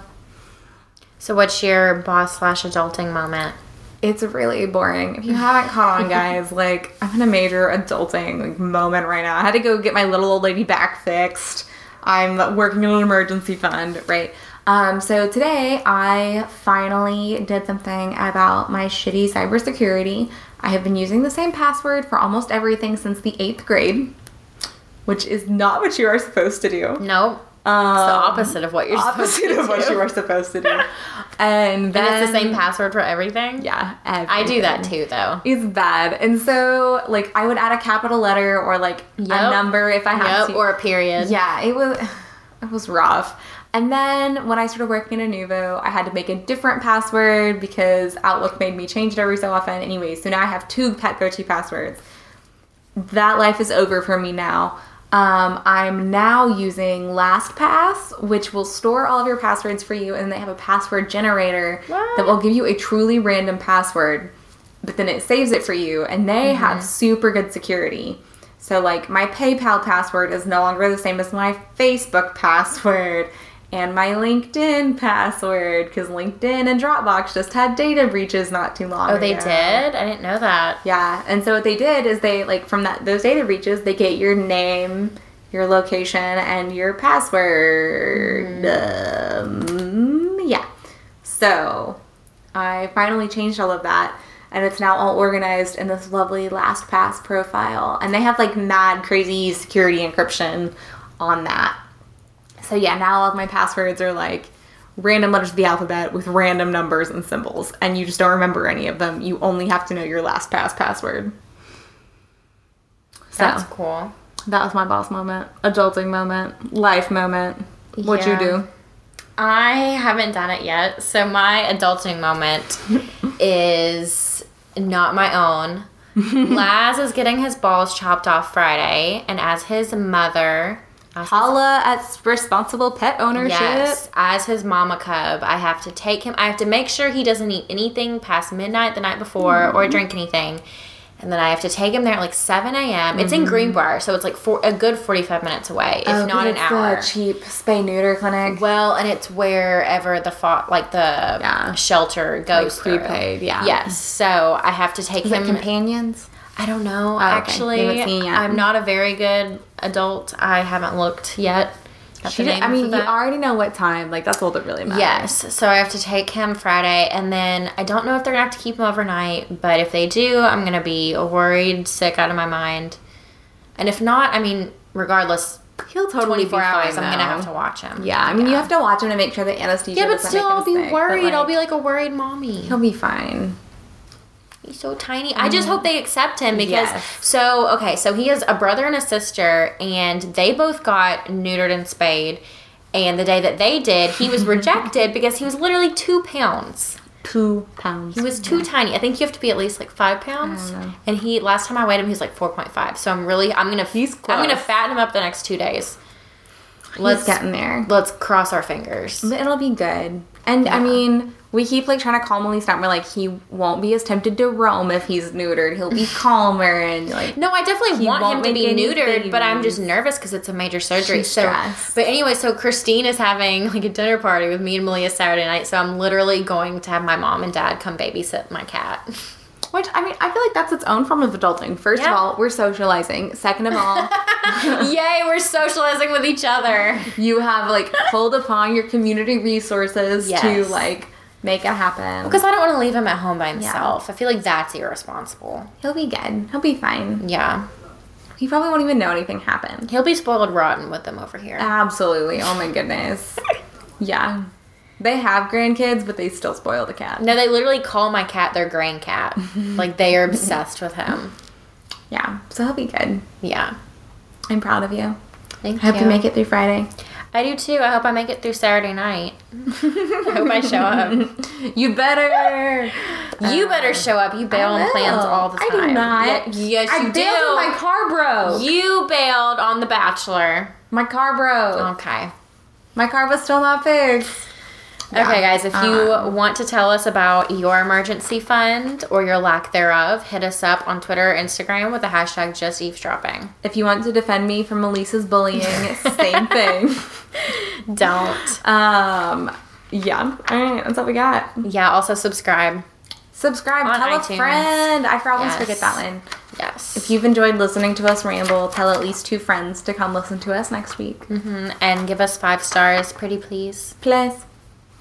Speaker 3: So what's your boss slash adulting moment?
Speaker 2: It's really boring. If you haven't caught on, guys, like I'm in a major adulting like moment right now. I had to go get my little old lady back fixed. I'm working on an emergency fund, right? Um, so today I finally did something about my shitty cybersecurity. I have been using the same password for almost everything since the eighth grade, which is not what you are supposed to do.
Speaker 3: Nope. it's the
Speaker 2: Um,
Speaker 3: opposite of what you're
Speaker 2: opposite
Speaker 3: supposed
Speaker 2: of
Speaker 3: to
Speaker 2: what
Speaker 3: do.
Speaker 2: you are supposed to do. And then
Speaker 3: And it's the same password for everything?
Speaker 2: Yeah,
Speaker 3: I do that
Speaker 2: everything.
Speaker 3: too though.
Speaker 2: It's bad. And so, like, I would add a capital letter or like a
Speaker 3: Yep.
Speaker 2: number if I had
Speaker 3: Yep,
Speaker 2: to.
Speaker 3: or a period.
Speaker 2: yeah, it was it was rough. And then when I started working at Anuvo, I had to make a different password because Outlook made me change it every so often. Anyway, so now I have two pet go-to passwords. That life is over for me now. Um, I'm now using LastPass, which will store all of your passwords for you, and they have a password generator that will give you a truly random password but then it saves it for you and they have
Speaker 3: Mm-hmm.
Speaker 2: super good security so like my paypal password is no longer the same as my facebook password and my linkedin password because linkedin and dropbox just had data breaches not too long
Speaker 3: Oh, they
Speaker 2: ago.
Speaker 3: did? I didn't know that.
Speaker 2: yeah and so what they did is they like from that those data breaches they get your name your location and your password um, yeah so I finally changed all of that. and it's now all organized in this lovely LastPass profile. And they have like mad crazy security encryption on that. So yeah, now all of my passwords are like random letters of the alphabet with random numbers and symbols, and you just don't remember any of them. You only have to know your LastPass password. So
Speaker 3: That's cool.
Speaker 2: that was my boss moment, adulting moment, life moment. What'd
Speaker 3: Yeah.
Speaker 2: you do?
Speaker 3: I haven't done it yet. So my adulting moment is not my own. Laz is getting his balls chopped off Friday, and as his mother, as his
Speaker 2: Holla at responsible pet ownership.
Speaker 3: Yes, as his mama cub, I have to take him. I have to make sure he doesn't eat anything past midnight the night before
Speaker 2: Mm-hmm.
Speaker 3: or drink anything. And then I have to take him there at like 7 a.m. It's
Speaker 2: Mm-hmm.
Speaker 3: in Greenbrier, so it's like four, a good 45 minutes away,
Speaker 2: Oh,
Speaker 3: if not an hour.
Speaker 2: cheap spay neuter clinic.
Speaker 3: well, and it's wherever the fa- like the
Speaker 2: Yeah.
Speaker 3: shelter goes through.
Speaker 2: prepaid, yeah.
Speaker 3: Yes, so I have to take him.
Speaker 2: companions.
Speaker 3: I don't know.
Speaker 2: Oh, okay.
Speaker 3: Actually,
Speaker 2: You haven't seen yet.
Speaker 3: I'm not a very good adult. I haven't looked yet. at
Speaker 2: She
Speaker 3: the
Speaker 2: did, I
Speaker 3: name
Speaker 2: mean,
Speaker 3: for
Speaker 2: you
Speaker 3: that.
Speaker 2: already know what time. Like that's all that really matters.
Speaker 3: Yes, so I have to take him Friday, and then I don't know if they're gonna have to keep him overnight, but if they do, I'm gonna be worried, sick out of my mind. And if not, I mean, regardless,
Speaker 2: he'll totally
Speaker 3: 24
Speaker 2: be
Speaker 3: hours,
Speaker 2: fine,
Speaker 3: I'm gonna
Speaker 2: though.
Speaker 3: have to watch him.
Speaker 2: Yeah, I mean, you have to watch him to make sure that anesthesia.
Speaker 3: Yeah, but
Speaker 2: doesn't
Speaker 3: still,
Speaker 2: make him
Speaker 3: I'll be
Speaker 2: sick, but,
Speaker 3: worried. I'll
Speaker 2: like,
Speaker 3: be like a worried mommy.
Speaker 2: he'll be fine.
Speaker 3: He's so tiny. Mm-hmm. I just hope they accept him because.
Speaker 2: Yes.
Speaker 3: So okay, so he has a brother and a sister, and they both got neutered and spayed. And the day that they did, he was rejected because he was literally two pounds.
Speaker 2: Two pounds.
Speaker 3: He was too tiny. I think you have to be at least like five pounds.
Speaker 2: don't know.
Speaker 3: And he last time I weighed him, he was like four point five. So I'm really I'm gonna
Speaker 2: He's
Speaker 3: I'm gonna
Speaker 2: close.
Speaker 3: fatten him up the next two days.
Speaker 2: Let's
Speaker 3: Let's
Speaker 2: get in there.
Speaker 3: let's cross our fingers.
Speaker 2: But It'll be good. And I mean, we keep like trying to calm Elise down. We're like, he won't be as tempted to roam if he's neutered. He'll be calmer and like.
Speaker 3: No, I definitely
Speaker 2: He
Speaker 3: want him
Speaker 2: won't
Speaker 3: to be
Speaker 2: make any
Speaker 3: neutered, but I'm just
Speaker 2: babies.
Speaker 3: nervous because it's a major surgery.
Speaker 2: She's
Speaker 3: so,
Speaker 2: stressed.
Speaker 3: but anyway, so Christine is having like a dinner party with me and Malia Saturday night. So I'm literally going to have my mom and dad come babysit my cat.
Speaker 2: Which I mean, I feel like that's its own form of adulting. First
Speaker 3: Yeah.
Speaker 2: of all, we're socializing. Second of all,
Speaker 3: Yay, we're socializing with each other.
Speaker 2: you have like pulled upon your community resources to
Speaker 3: Yes.
Speaker 2: like make it happen.
Speaker 3: Because I don't want to leave him at home by himself. I feel like that's irresponsible.
Speaker 2: he'll be good. He'll be fine.
Speaker 3: Yeah.
Speaker 2: He probably won't even know anything happened.
Speaker 3: He'll be spoiled rotten with them over here.
Speaker 2: Absolutely. Oh my goodness. yeah. They have grandkids, but they still spoil the cat.
Speaker 3: no, they literally call my cat their grand cat. like they are obsessed with him.
Speaker 2: Yeah. So he'll be good.
Speaker 3: Yeah.
Speaker 2: I'm proud of you.
Speaker 3: Thank
Speaker 2: I hope
Speaker 3: you.
Speaker 2: you make it through Friday.
Speaker 3: I do too. I hope I make it through Saturday night. I hope I show up.
Speaker 2: You better.
Speaker 3: You better show up. You bail on plans all the time.
Speaker 2: I do not.
Speaker 3: Yeah, yes,
Speaker 2: I
Speaker 3: you
Speaker 2: bailed when my
Speaker 3: do.
Speaker 2: car broke.
Speaker 3: You bailed on The Bachelor.
Speaker 2: My car broke.
Speaker 3: Okay.
Speaker 2: My car was still not fixed.
Speaker 3: Okay, guys, if you
Speaker 2: Uh-huh.
Speaker 3: want to tell us about your emergency fund or your lack thereof, hit us up on Twitter or Instagram with the hashtag just eavesdropping.
Speaker 2: If you want to defend me from Melissa's bullying, same thing.
Speaker 3: Don't.
Speaker 2: Um, yeah. All right. That's all we got.
Speaker 3: Yeah, also subscribe.
Speaker 2: Subscribe.
Speaker 3: On
Speaker 2: tell
Speaker 3: iTunes.
Speaker 2: a friend. I for- always
Speaker 3: Yes.
Speaker 2: forget that one.
Speaker 3: Yes.
Speaker 2: If you've enjoyed listening to us ramble, tell at least two friends to come listen to us next week.
Speaker 3: Mhm, And give us five stars, pretty please.
Speaker 2: Please.